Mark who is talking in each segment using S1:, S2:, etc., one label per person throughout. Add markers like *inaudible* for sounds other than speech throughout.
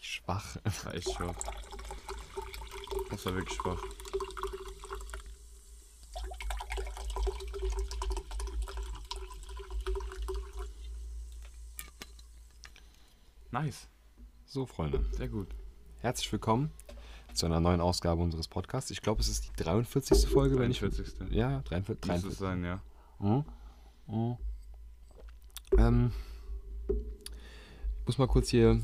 S1: schwach. Das war Ah, echt schwach. Das war wirklich schwach. Nice.
S2: *laughs* So, Freunde,
S1: Sehr gut.
S2: herzlich willkommen zu einer neuen Ausgabe unseres Podcasts. Ich glaube, es ist die 43. Folge, wenn ich.
S1: 41.
S2: Ja, ja, 43.
S1: Muss es sein, ja.
S2: Mhm. Mhm. Ähm, ich muss mal kurz hier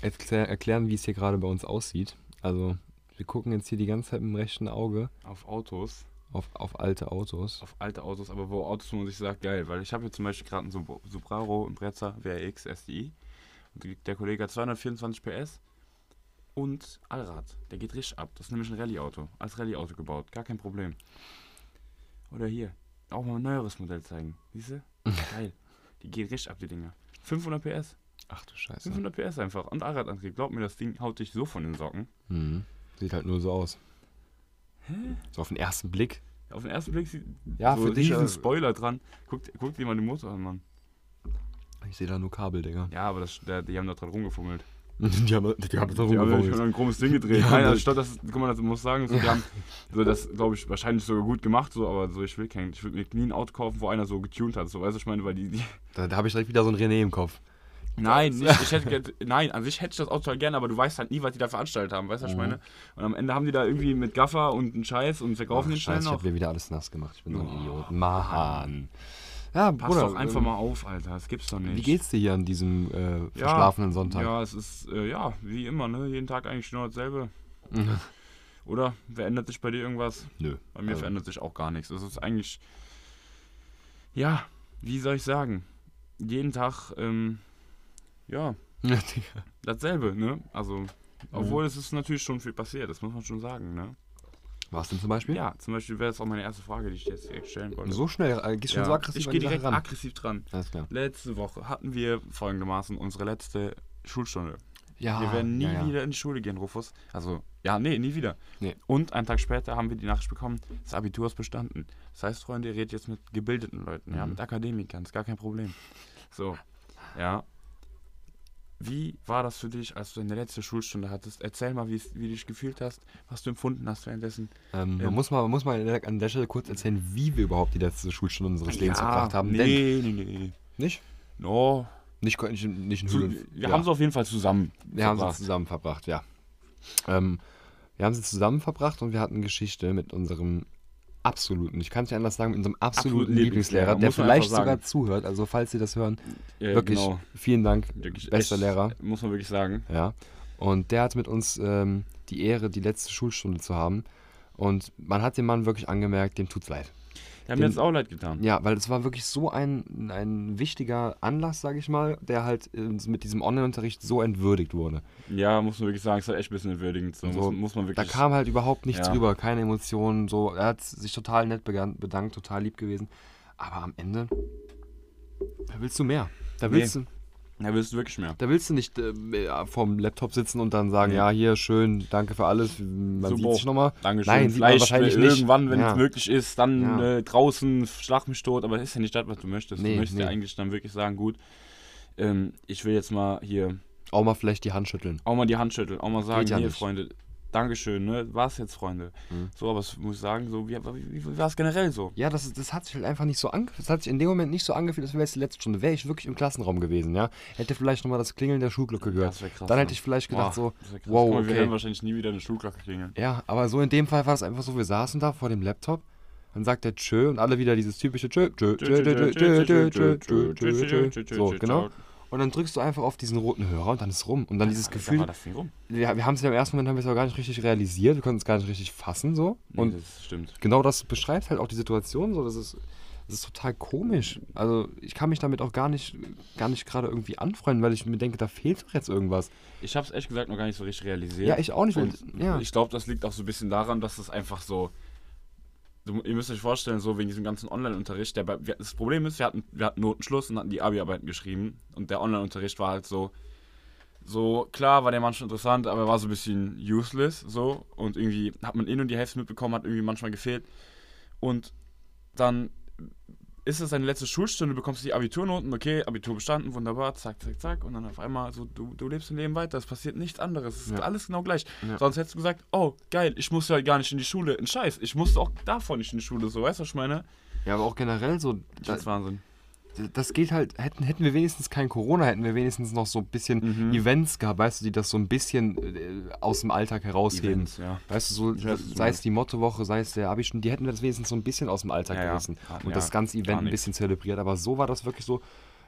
S2: erklär, erklären, wie es hier gerade bei uns aussieht. Also, wir gucken jetzt hier die ganze Zeit mit dem rechten Auge
S1: Auf Autos.
S2: auf, auf alte Autos.
S1: Auf alte Autos, aber wo Autos, muss ich sagen, geil. Weil ich habe hier zum Beispiel gerade einen Sub- Subaru, einen Brezza, WRX, SDI. Und die- der Kollege hat 224 PS und Allrad. Der geht richtig ab. Das ist nämlich ein Rallye-Auto. Als Rallye-Auto gebaut. Gar kein Problem. Oder hier. Auch mal ein neueres Modell zeigen.
S2: *laughs*
S1: Siehst du? Geil. Die geht richtig ab, die Dinger. 500 PS.
S2: Ach du Scheiße.
S1: 500 PS einfach. Und Allradantrieb. Glaub mir, das Ding haut dich so von den Socken.
S2: Mhm. Sieht halt nur so aus. So auf den ersten Blick.
S1: Auf den ersten Blick sieht
S2: Ja,
S1: so
S2: für dich,
S1: riesen
S2: äh,
S1: Spoiler dran. Guck, guck dir mal den Motor an, Mann.
S2: Ich sehe da nur Kabel, Digga.
S1: Ja, aber das, der, die haben da dran rumgefummelt.
S2: *laughs* Die haben, die haben so
S1: Die haben
S2: rumgefummelt.
S1: schon ein großes Ding gedreht.
S2: Ja,
S1: Nein, also
S2: das-
S1: statt das, guck mal, das muss sagen, so, die haben so das, glaube ich, wahrscheinlich sogar gut gemacht, so, aber so, ich will kein, ich würde mir nie ein Auto kaufen, wo einer so getuned hat, so, weißt du, ich meine, weil die, die
S2: Da, da habe ich direkt wieder so einen René im Kopf.
S1: *laughs* Nein, nicht, ich hätte, gern- nein, an sich hätte ich das Auto halt gerne, aber du weißt halt nie, was die da veranstaltet haben, weißt du, was ich meine? Und am Ende haben die da irgendwie mit Gaffer und einen Scheiß und verkaufen den schnell
S2: Scheiße, ich
S1: noch.
S2: habe mir wieder alles nass gemacht. Ich bin so ein Idiot. Mann. Ja, ähm,
S1: Pass doch einfach mal auf, Alter, das gibt's doch nicht.
S2: Wie geht's dir hier an diesem äh,
S1: Ja,
S2: verschlafenen Sonntag?
S1: Ja, es ist, äh, ja, wie immer, ne, jeden Tag eigentlich genau dasselbe. Mhm. Oder verändert sich bei dir irgendwas? *laughs*
S2: Nö.
S1: Bei mir verändert sich auch gar nichts. Es ist eigentlich, ja, wie soll ich sagen, jeden Tag, ähm, ja, dasselbe, ne? Also,
S2: Mhm.
S1: obwohl es ist natürlich schon viel passiert, das muss man schon sagen, ne?
S2: Was denn zum Beispiel?
S1: Ja, zum Beispiel wäre das auch meine erste Frage, die ich dir jetzt direkt stellen wollte.
S2: So schnell, äh, gehst schon
S1: ja,
S2: so aggressiv
S1: ich
S2: an
S1: gehe
S2: die Sache
S1: direkt
S2: ran.
S1: aggressiv dran.
S2: Alles klar.
S1: Letzte Woche hatten wir folgendermaßen unsere letzte Schulstunde.
S2: Ja,
S1: Wir werden nie
S2: Ah, ja, ja.
S1: wieder in die Schule gehen, Rufus. Also, ja, nee, nie wieder.
S2: Nee.
S1: Und einen Tag später haben wir die Nachricht bekommen, das Abitur ist bestanden. Das heißt, Freunde, ihr redet jetzt mit gebildeten Leuten,
S2: Mhm.
S1: ja, mit Akademikern, ist gar kein Problem. So, ja. Wie war das für dich, als du deine letzte Schulstunde hattest? Erzähl mal, wie's- wie du dich gefühlt hast, was du empfunden hast währenddessen.
S2: Ähm,
S1: Ähm.
S2: man, muss mal, man muss mal an der- an der Stelle kurz erzählen, wie wir überhaupt die letzte Schulstunde unseres Lebens verbracht haben. Denn,
S1: Nee, nee, nee, nee.
S2: nicht?
S1: No.
S2: Nicht, nicht, nicht in
S1: Zu,
S2: Höhlen.
S1: wir haben sie auf jeden Fall zusammen.
S2: Mhm. Wir haben sie
S1: verbracht.
S2: zusammen verbracht, ja. Ähm, wir haben sie zusammen verbracht und wir hatten Geschichte mit unserem absoluten, ich kann es nicht anders sagen, mit unserem absoluten
S1: Absoluten
S2: Lieblingslehrer,
S1: Lieblingslehrer,
S2: der
S1: muss man
S2: vielleicht
S1: einfach sagen.
S2: sogar zuhört. Also falls Sie das hören,
S1: Ja,
S2: wirklich
S1: genau.
S2: vielen Dank,
S1: Wirklich
S2: bester
S1: echt,
S2: Lehrer.
S1: Muss man wirklich sagen.
S2: Ja. Und der hat mit uns ähm, die Ehre, die letzte Schulstunde zu haben. Und man hat dem Mann wirklich angemerkt, dem tut's leid.
S1: Die haben mir jetzt auch leid getan.
S2: Ja, weil es war wirklich so ein, ein wichtiger Anlass, sage ich mal, der halt äh, mit diesem Online-Unterricht so entwürdigt wurde.
S1: Ja, muss man wirklich sagen, es war echt ein bisschen entwürdigend. So,
S2: So,
S1: muss, muss man
S2: Also, Da
S1: wirklich.
S2: kam halt überhaupt nichts
S1: Ja.
S2: rüber, keine Emotionen, so. Er hat sich total nett began- bedankt, total lieb gewesen. Aber am Ende, da willst du mehr. Da willst,
S1: Nee.
S2: du,
S1: da willst du wirklich mehr.
S2: da willst du nicht äh, ja, vorm Laptop sitzen und dann sagen,
S1: Nee.
S2: ja, hier, schön, danke für alles, man sieht
S1: Super.
S2: sich nochmal.
S1: Dankeschön.
S2: Nein, sieht man
S1: Vielleicht
S2: wahrscheinlich
S1: äh,
S2: nicht.
S1: irgendwann, wenn
S2: Ja.
S1: es möglich ist, dann
S2: Ja.
S1: äh, draußen, schlag mich tot. Aber das ist ja nicht das, was du möchtest.
S2: Nee,
S1: du möchtest ja
S2: nee.
S1: eigentlich dann wirklich sagen, gut, ähm, ich will jetzt mal hier
S2: Auch mal vielleicht die Hand schütteln.
S1: auch mal die Hand schütteln, auch mal sagen,
S2: ja
S1: hier,
S2: nicht. Mhm.
S1: Freunde, Dankeschön, ne? War's jetzt, Freunde. So, aber es muss ich sagen, so, wie, wie, wie war es generell so?
S2: Ja, das, ist- das hat sich halt einfach nicht so angefühlt. Das hat sich in dem Moment nicht so angefühlt, als wäre es die letzte Stunde. Wäre ich wirklich im Klassenraum gewesen, ja. Hätte vielleicht nochmal das Klingeln der Schuhglocke gehört.
S1: das wär krass,
S2: dann hätte
S1: ne?
S2: ich vielleicht gedacht,
S1: Boah,
S2: so,
S1: das ist ja krass. Guck
S2: wow,
S1: mal, Wir werden
S2: okay.
S1: wahrscheinlich nie wieder eine Schulglocke klingeln.
S2: Ja, aber so in dem Fall war es einfach so, wir saßen da vor dem Laptop, dann sagt er tschö und alle wieder dieses typische tschö, tschö, tschö, tschö, tschö, tschö, tschö, tschö, tschö, tschö. So, genau. Und dann drückst du einfach auf diesen roten Hörer und dann ist rum. Und dann dieses
S1: Da
S2: Gefühl,
S1: war das Ding rum.
S2: ja, wir haben es ja im ersten Moment haben wir es auch gar nicht richtig realisiert, wir konnten es gar nicht richtig fassen so. Und
S1: Und das stimmt.
S2: genau das beschreibt halt auch die Situation so, das ist, das ist total komisch. Also ich kann mich damit auch gar nicht, gar nicht gerade irgendwie anfreunden, weil ich mir denke, da fehlt doch jetzt irgendwas.
S1: Ich habe es ehrlich gesagt noch gar nicht so richtig realisiert.
S2: Ja, ich auch nicht.
S1: Und
S2: Und, ja.
S1: ich glaube, das liegt auch so ein bisschen daran, dass es einfach so. Du, ihr müsst euch vorstellen, so wegen diesem ganzen Online-Unterricht. der bei- wir- Das Problem ist, wir hatten, wir hatten Notenschluss und hatten die Abi-Arbeiten geschrieben. Und der Online-Unterricht war halt so. So, klar war der manchmal interessant, aber er war so ein bisschen useless. So. Und irgendwie hat man eh nur die Hälfte mitbekommen, hat irgendwie manchmal gefehlt. Und dann ist es deine letzte Schulstunde, bekommst du die Abiturnoten, okay, Abitur bestanden, wunderbar, zack, zack, zack. Und dann auf einmal, so, du, du lebst dein Leben weiter, es passiert nichts anderes, es ist
S2: Ja.
S1: alles genau gleich.
S2: Ja.
S1: Sonst hättest du gesagt, oh, geil, ich muss ja gar nicht in die Schule, ein Scheiß, ich musste auch davon nicht in die Schule, so, weißt du, was ich meine?
S2: Ja, aber auch generell so,
S1: Ich
S2: da,
S1: find's Wahnsinn.
S2: das geht halt, hätten, hätten wir wenigstens kein Corona, hätten wir wenigstens noch so ein
S1: Mhm.
S2: bisschen Events gehabt, weißt du, die das so ein bisschen äh, aus dem Alltag herausheben.
S1: Events, ja.
S2: Weißt du, so,
S1: Ich weiß, was du
S2: sei es
S1: meinst.
S2: die Mottowoche, sei es der abi die hätten wir das wenigstens so ein bisschen aus dem Alltag
S1: Ja, ja.
S2: gerissen
S1: Ah,
S2: und
S1: ja.
S2: das ganze
S1: Gar
S2: Event ein
S1: nichts.
S2: bisschen zelebriert. Aber so war das wirklich so,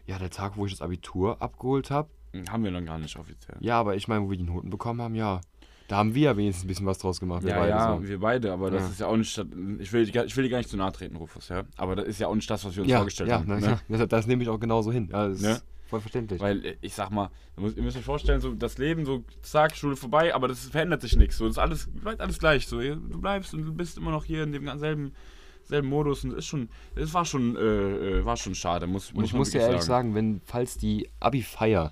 S2: ja, der Tag, wo ich das Abitur abgeholt habe,
S1: Haben wir dann gar nicht offiziell.
S2: ja, aber ich meine, wo wir die Noten bekommen haben, ja, da haben wir ja wenigstens ein bisschen was draus gemacht. wir
S1: Ja,
S2: beide
S1: ja,
S2: so.
S1: wir beide, aber das
S2: Ja.
S1: ist ja auch nicht, das- ich will, ich will dir gar nicht zu nahe treten, Rufus, ja. Aber das ist ja auch nicht das, was wir uns
S2: ja,
S1: vorgestellt
S2: ja,
S1: haben.
S2: na,
S1: ne?
S2: ja. *laughs* Das, das nehme ich auch genauso hin. Ja, das
S1: Ne?
S2: ist voll verständlich.
S1: Weil äh, ich sag mal, ihr müsst, ihr müsst euch vorstellen, so das Leben, so zack, Schule vorbei, aber das verändert sich nichts. So, das ist alles, bleibt alles gleich. So, ihr- du bleibst und du bist immer noch hier in dem ganzen selben, selben Modus und das ist schon, das war schon, äh, äh, war schon schade, muss,
S2: Und ich
S1: man
S2: muss dir
S1: wirklich
S2: ehrlich sagen, wenn, falls die Abi-Feier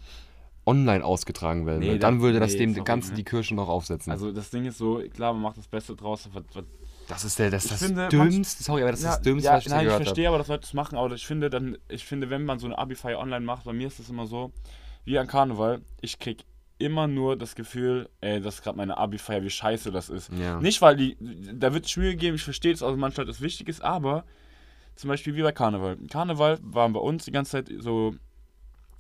S2: online ausgetragen werden,
S1: Nee,
S2: würde,
S1: das-
S2: dann würde das
S1: nee,
S2: dem
S1: sorry,
S2: Ganzen
S1: ne?
S2: die Kirsche noch aufsetzen.
S1: Also das Ding ist so, klar, man macht das Beste draus. Was, was,
S2: das ist der, das,
S1: ich
S2: das
S1: finde,
S2: dümmste, sorry, aber das ist das dümmste, was ich
S1: nein, ich
S2: gehört habe.
S1: verstehe, aber das Leute das machen, aber ich finde, dann, ich finde, wenn man so eine Abi-Feier online macht, bei mir ist das immer so, wie an Karneval, ich krieg immer nur das Gefühl, ey, das ist gerade meine Abi-Feier, wie scheiße das ist.
S2: Ja.
S1: Nicht, weil die, da wird es Mühe gegeben, ich verstehe es, also manchmal das wichtig ist, aber zum Beispiel wie bei Karneval. Karneval waren bei uns die ganze Zeit so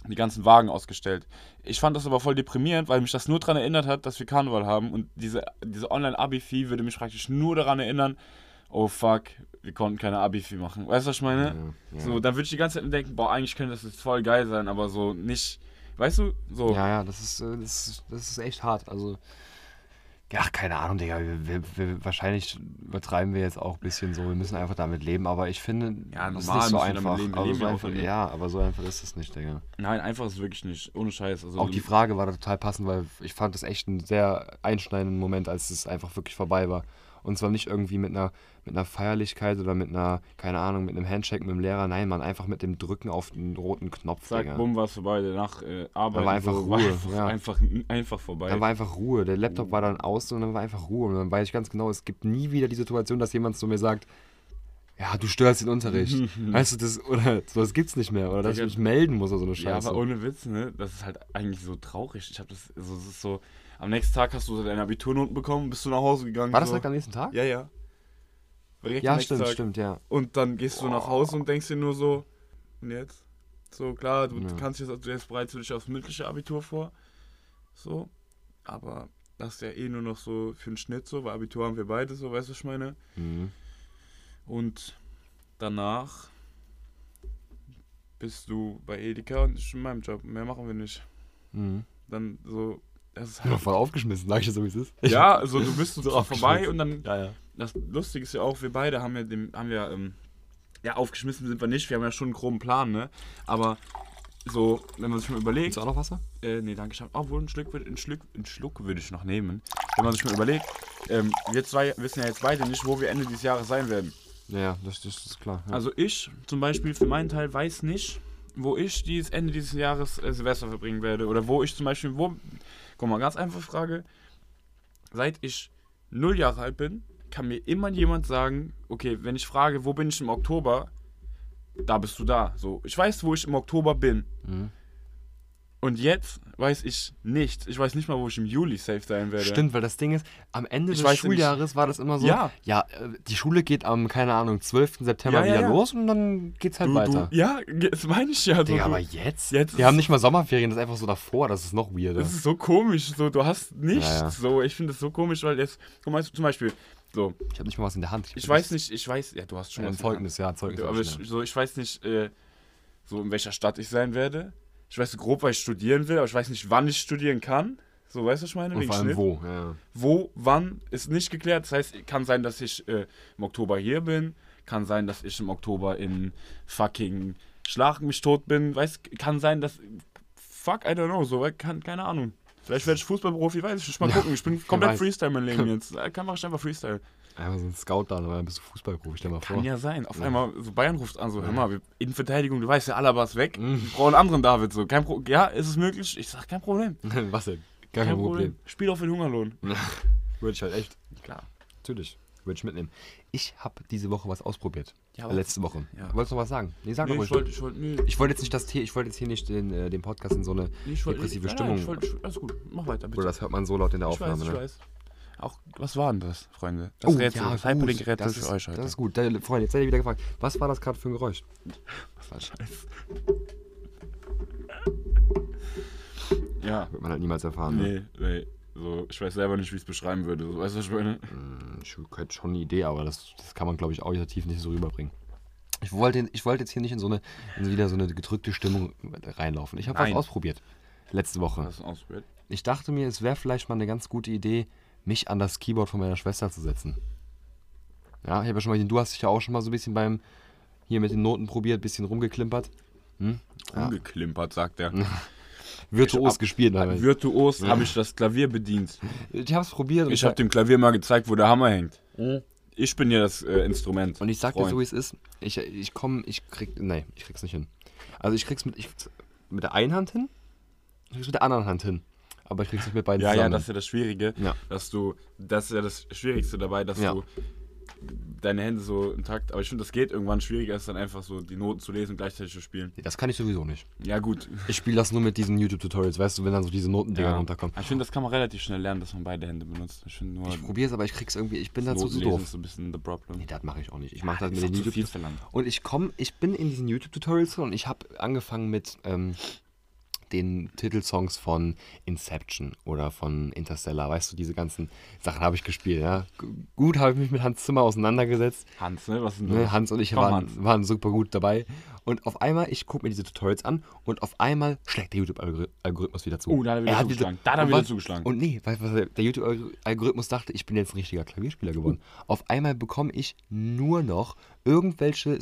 S1: die ganzen Wagen ausgestellt. Ich fand das aber voll deprimierend, weil mich das nur daran erinnert hat, dass wir Karneval haben und diese, diese Online-Abi-Fee würde mich praktisch nur daran erinnern, oh fuck, wir konnten keine Abi-Fee machen. Weißt du, was ich meine?
S2: ja.
S1: So, dann würde ich die ganze Zeit nur denken, boah, eigentlich könnte das jetzt voll geil sein, aber so nicht, weißt du, so.
S2: Ja, ja, das ist, äh, das ist, das ist echt hart. Also, ja, keine Ahnung, Digga. Wir, wir, wir, wahrscheinlich übertreiben wir jetzt auch ein bisschen so. Wir müssen einfach damit leben. Aber ich finde,
S1: Ja,
S2: das ist
S1: normal
S2: nicht so
S1: müssen wir damit
S2: einfach.
S1: leben. Wir
S2: aber
S1: leben
S2: so
S1: ja auch
S2: einfach
S1: damit.
S2: ja, aber so einfach ist es nicht, Digga.
S1: Nein, einfach ist es wirklich nicht, ohne Scheiß. Also,
S2: Auch die Frage war da total passend, weil ich fand das echt einen sehr einschneidenden Moment, als es einfach wirklich vorbei war. Und zwar nicht irgendwie mit einer, mit einer Feierlichkeit oder mit einer, keine Ahnung, mit einem Handshake mit dem Lehrer. Nein, man, einfach mit dem Drücken auf den roten Knopf,
S1: Zack,
S2: Digga.
S1: bumm, war es vorbei. Danach äh, Arbeit.
S2: war einfach
S1: War
S2: Ruhe,
S1: einfach,
S2: ja.
S1: *laughs* einfach, einfach vorbei.
S2: Dann war einfach Ruhe. Der
S1: Mhm.
S2: Laptop war dann aus und dann war einfach Ruhe. Und dann weiß ich ganz genau, es gibt nie wieder die Situation, dass jemand zu mir sagt, ja, du störst den
S1: *laughs*
S2: Unterricht. weißt du, das, oder sowas gibt's nicht mehr. Oder dass ich
S1: Digga.
S2: mich melden muss oder so eine
S1: ja,
S2: Scheiße.
S1: aber ohne Witz, ne? Das ist halt eigentlich so traurig. Ich hab das, also, es ist so, am nächsten Tag hast du so deine Abiturnoten bekommen, bist du nach Hause gegangen.
S2: war das
S1: so.
S2: direkt am nächsten Tag?
S1: Ja, ja. Direkt am
S2: Ja,
S1: nächsten
S2: stimmt,
S1: Tag.
S2: stimmt, ja.
S1: Und dann gehst du nach Hause und denkst dir nur so, und jetzt? So, klar, du
S2: Ja.
S1: kannst jetzt, du jetzt bereitest du dich aufs mündliche Abitur vor. So. Aber das ist ja eh nur noch so für den Schnitt so, weil Abitur haben wir beide so, weißt du, was ich meine?
S2: Mhm.
S1: Und danach bist du bei Edeka und ich in meinem Job. Mehr machen wir nicht.
S2: Mhm.
S1: Dann so, das ist
S2: Ich bin doch
S1: halt.
S2: voll aufgeschmissen, sag ich dir so, wie es ist.
S1: ja, also du bist *laughs* so
S2: So
S1: vorbei
S2: aufgeschmissen.
S1: und dann.
S2: Ja, ja.
S1: Das Lustige ist ja auch, wir beide haben ja dem, haben ja, ähm, ja, aufgeschmissen sind wir nicht, wir haben ja schon einen groben Plan, ne? Aber so, wenn man sich mal überlegt,
S2: Willst du auch noch Wasser?
S1: äh, nee, danke, ich hab, obwohl einen Schluck, würd- einen Schluck, einen Schluck würde ich noch nehmen. Wenn man sich mal überlegt, ähm, wir zwei wissen ja jetzt beide nicht, wo wir Ende dieses Jahres sein werden.
S2: Ja, ja, das, das ist klar. Ja.
S1: Also ich zum Beispiel für meinen Teil weiß nicht, wo ich dieses Ende dieses Jahres äh, Silvester verbringen werde. Oder wo ich zum Beispiel, wo. Guck mal, ganz einfache Frage. Seit ich null Jahre alt bin, kann mir immer jemand sagen, okay, wenn ich frage, wo bin ich im Oktober, da bist du da. So, ich weiß, wo ich im Oktober bin.
S2: Mhm.
S1: Und jetzt weiß ich nicht. Ich weiß nicht mal, wo ich im Juli safe sein werde.
S2: Stimmt, weil das Ding ist, am Ende
S1: Ich
S2: des
S1: weiß nämlich-
S2: Schuljahres war das immer so,
S1: Ja.
S2: äh, die Schule geht am, keine Ahnung, 12. September
S1: Ja, ja,
S2: wieder
S1: ja.
S2: los und dann geht's halt
S1: Du,
S2: weiter.
S1: du, ja, das meine ich ja. So,
S2: Digga,
S1: du,
S2: aber jetzt?
S1: Jetzt
S2: Wir
S1: ist-
S2: haben nicht mal Sommerferien, das ist einfach so davor, das ist noch weirder.
S1: Das ist so komisch, so du hast nichts.
S2: Ja, ja.
S1: So, ich finde es so komisch, weil jetzt, guck mal, zum Beispiel, so,
S2: ich habe nicht mal was in der Hand.
S1: ich weiß nicht, ich weiß, ja, du hast schon
S2: Ein
S1: was
S2: Zeugnis, ja, ein
S1: getan.
S2: Zeugnis.
S1: aber
S2: hab ich
S1: ich,
S2: in
S1: so, ich weiß nicht, äh, so in welcher Stadt ich sein werde. Ich weiß grob, weil ich studieren will, aber ich weiß nicht, wann ich studieren kann. So, weißt du, was ich meine?
S2: der Hand. Und vor allem
S1: Schnitt.
S2: wo. Ja, ja.
S1: Wo, wann ist nicht geklärt. Das heißt, kann sein, dass ich äh, im Oktober hier bin, kann sein, dass ich im Oktober in fucking Schlag mich tot bin, weiß, kann sein, dass fuck, I don't know, so kann, keine Ahnung. Vielleicht werde ich Fußballprofi, weiß ich nicht. Mal gucken, ich *laughs* bin komplett
S2: weiß.
S1: Freestyle mein *laughs* Leben jetzt. Äh, Kann mache ich einfach Freestyle.
S2: Einfach so ein Scout da, aber dann bist du Fußballprofi, stell mal vor.
S1: Kann ja sein. Auf einmal, so Bayern ruft an, so, hör mal, wir, in Verteidigung, du weißt ja, Alaba ist weg. Ich brauche einen anderen David, so. Kein Pro ja, ist es möglich? Ich sag, kein Problem.
S2: *laughs* was denn? Gar
S1: Kein
S2: kein
S1: Problem.
S2: Problem.
S1: Spiel auf den Hungerlohn.
S2: Würde ich halt echt,
S1: Klar.
S2: natürlich, würde ich mitnehmen. Ich habe diese Woche was ausprobiert.
S1: Ja,
S2: Äh, Letzte Woche.
S1: Ja.
S2: Wolltest du noch was sagen? Nee, sag
S1: Nee,
S2: doch ruhig.
S1: ich wollte, ich wollte, nee,
S2: ich wollte jetzt nicht das Tee, ich wollte jetzt hier nicht den, äh, den Podcast in so eine
S1: nee, ich wollte,
S2: depressive
S1: nein, nein,
S2: Stimmung.
S1: Ich wollte, ich- alles gut, mach weiter, bitte.
S2: Oder das hört man so laut in der
S1: ich weiß,
S2: Aufnahme.
S1: ich
S2: ne? Oh,
S1: weiß. Auch, was war denn das, Freunde? Das Rätsel, das Hyperlink-Rätsel
S2: das
S1: für
S2: ist,
S1: euch heute.
S2: Das ist gut. Da, Freunde, jetzt seid ihr wieder gefragt, was war das gerade für ein Geräusch?
S1: was *laughs* war Scheiß. ja,
S2: Wird man halt niemals erfahren. Ne?
S1: nee, nee. So, ich weiß selber nicht, wie ich es beschreiben würde. So, weißt du, was ich meine?
S2: Ich hätte schon eine Idee, aber das, das kann man, glaube ich, auditativ nicht so rüberbringen. Ich wollte, ich wollte jetzt hier nicht in so eine, in so wieder so eine gedrückte Stimmung reinlaufen. Ich habe was
S1: Nein.
S2: ausprobiert letzte Woche.
S1: Hast du ausprobiert?
S2: Ich dachte mir, es wäre vielleicht mal eine ganz gute Idee, mich an das Keyboard von meiner Schwester zu setzen. Ja, ich habe ja schon mal, du hast dich ja auch schon mal so ein bisschen beim, hier mit den Noten probiert, bisschen rumgeklimpert. Ja.
S1: Umgeklimpert,
S2: *laughs*
S1: sagt er.
S2: Virtuos
S1: hab-
S2: gespielt. teilweise.
S1: Virtuos habe ich das Klavier bedient.
S2: ich habe es probiert. und
S1: Ich habe
S2: sag-
S1: dem Klavier mal gezeigt, wo der Hammer hängt. Ich bin ja das äh, Instrument.
S2: Und ich sag dir so, wie
S1: Freund.
S2: es ist. Ich, ich komme, ich krieg. Nee, ich krieg's nicht hin. Also ich krieg's mit, ich, krieg's mit der einen Hand hin, ich krieg's mit der anderen Hand hin. Aber ich krieg's nicht mit beiden
S1: Ja, ja,
S2: zusammen.
S1: das ist ja das Schwierige,
S2: Ja.
S1: dass du, das ist ja das Schwierigste dabei, dass
S2: Ja.
S1: du deine Hände so im Takt, aber ich finde, das geht irgendwann schwieriger, ist dann einfach so die Noten zu lesen und gleichzeitig zu spielen.
S2: Nee, das kann ich sowieso nicht.
S1: Ja, gut.
S2: Ich spiele das nur mit diesen YouTube-Tutorials, weißt du, wenn dann so diese Notendinger runterkommen.
S1: Ich finde, das kann man relativ schnell lernen, dass man beide Hände benutzt. Ich finde nur,
S2: Ich probier's, aber ich krieg's irgendwie, ich bin dazu zu
S1: Notenlesen
S2: doof.
S1: ist so ein bisschen the problem.
S2: Nee, das mache ich auch nicht. Ich mache das
S1: ist
S2: mit den
S1: auch zu viel
S2: YouTube.
S1: verlangt.
S2: Und ich komme, ich bin in diesen YouTube-Tutorials drin und ich habe angefangen mit ähm, den Titelsongs von Inception oder von Interstellar. Weißt du, diese ganzen Sachen habe ich gespielt. Ja? G gut habe ich mich mit Hans Zimmer auseinandergesetzt.
S1: Hans, ne? Was ist denn
S2: Ne?
S1: das?
S2: Hans und ich
S1: Komm,
S2: waren,
S1: Hans.
S2: waren super gut dabei. Und auf einmal, ich gucke mir diese Tutorials an und auf einmal schlägt der YouTube-Algorithmus wieder zu.
S1: Oh, da hat er wieder
S2: Er
S1: zugeschlagen. Da hat er
S2: und
S1: wieder
S2: was-
S1: zugeschlagen.
S2: Und nee, weil, weil der YouTube-Algorithmus dachte, ich bin jetzt ein richtiger Klavierspieler
S1: *laughs*
S2: geworden. Auf einmal bekomme ich nur noch irgendwelche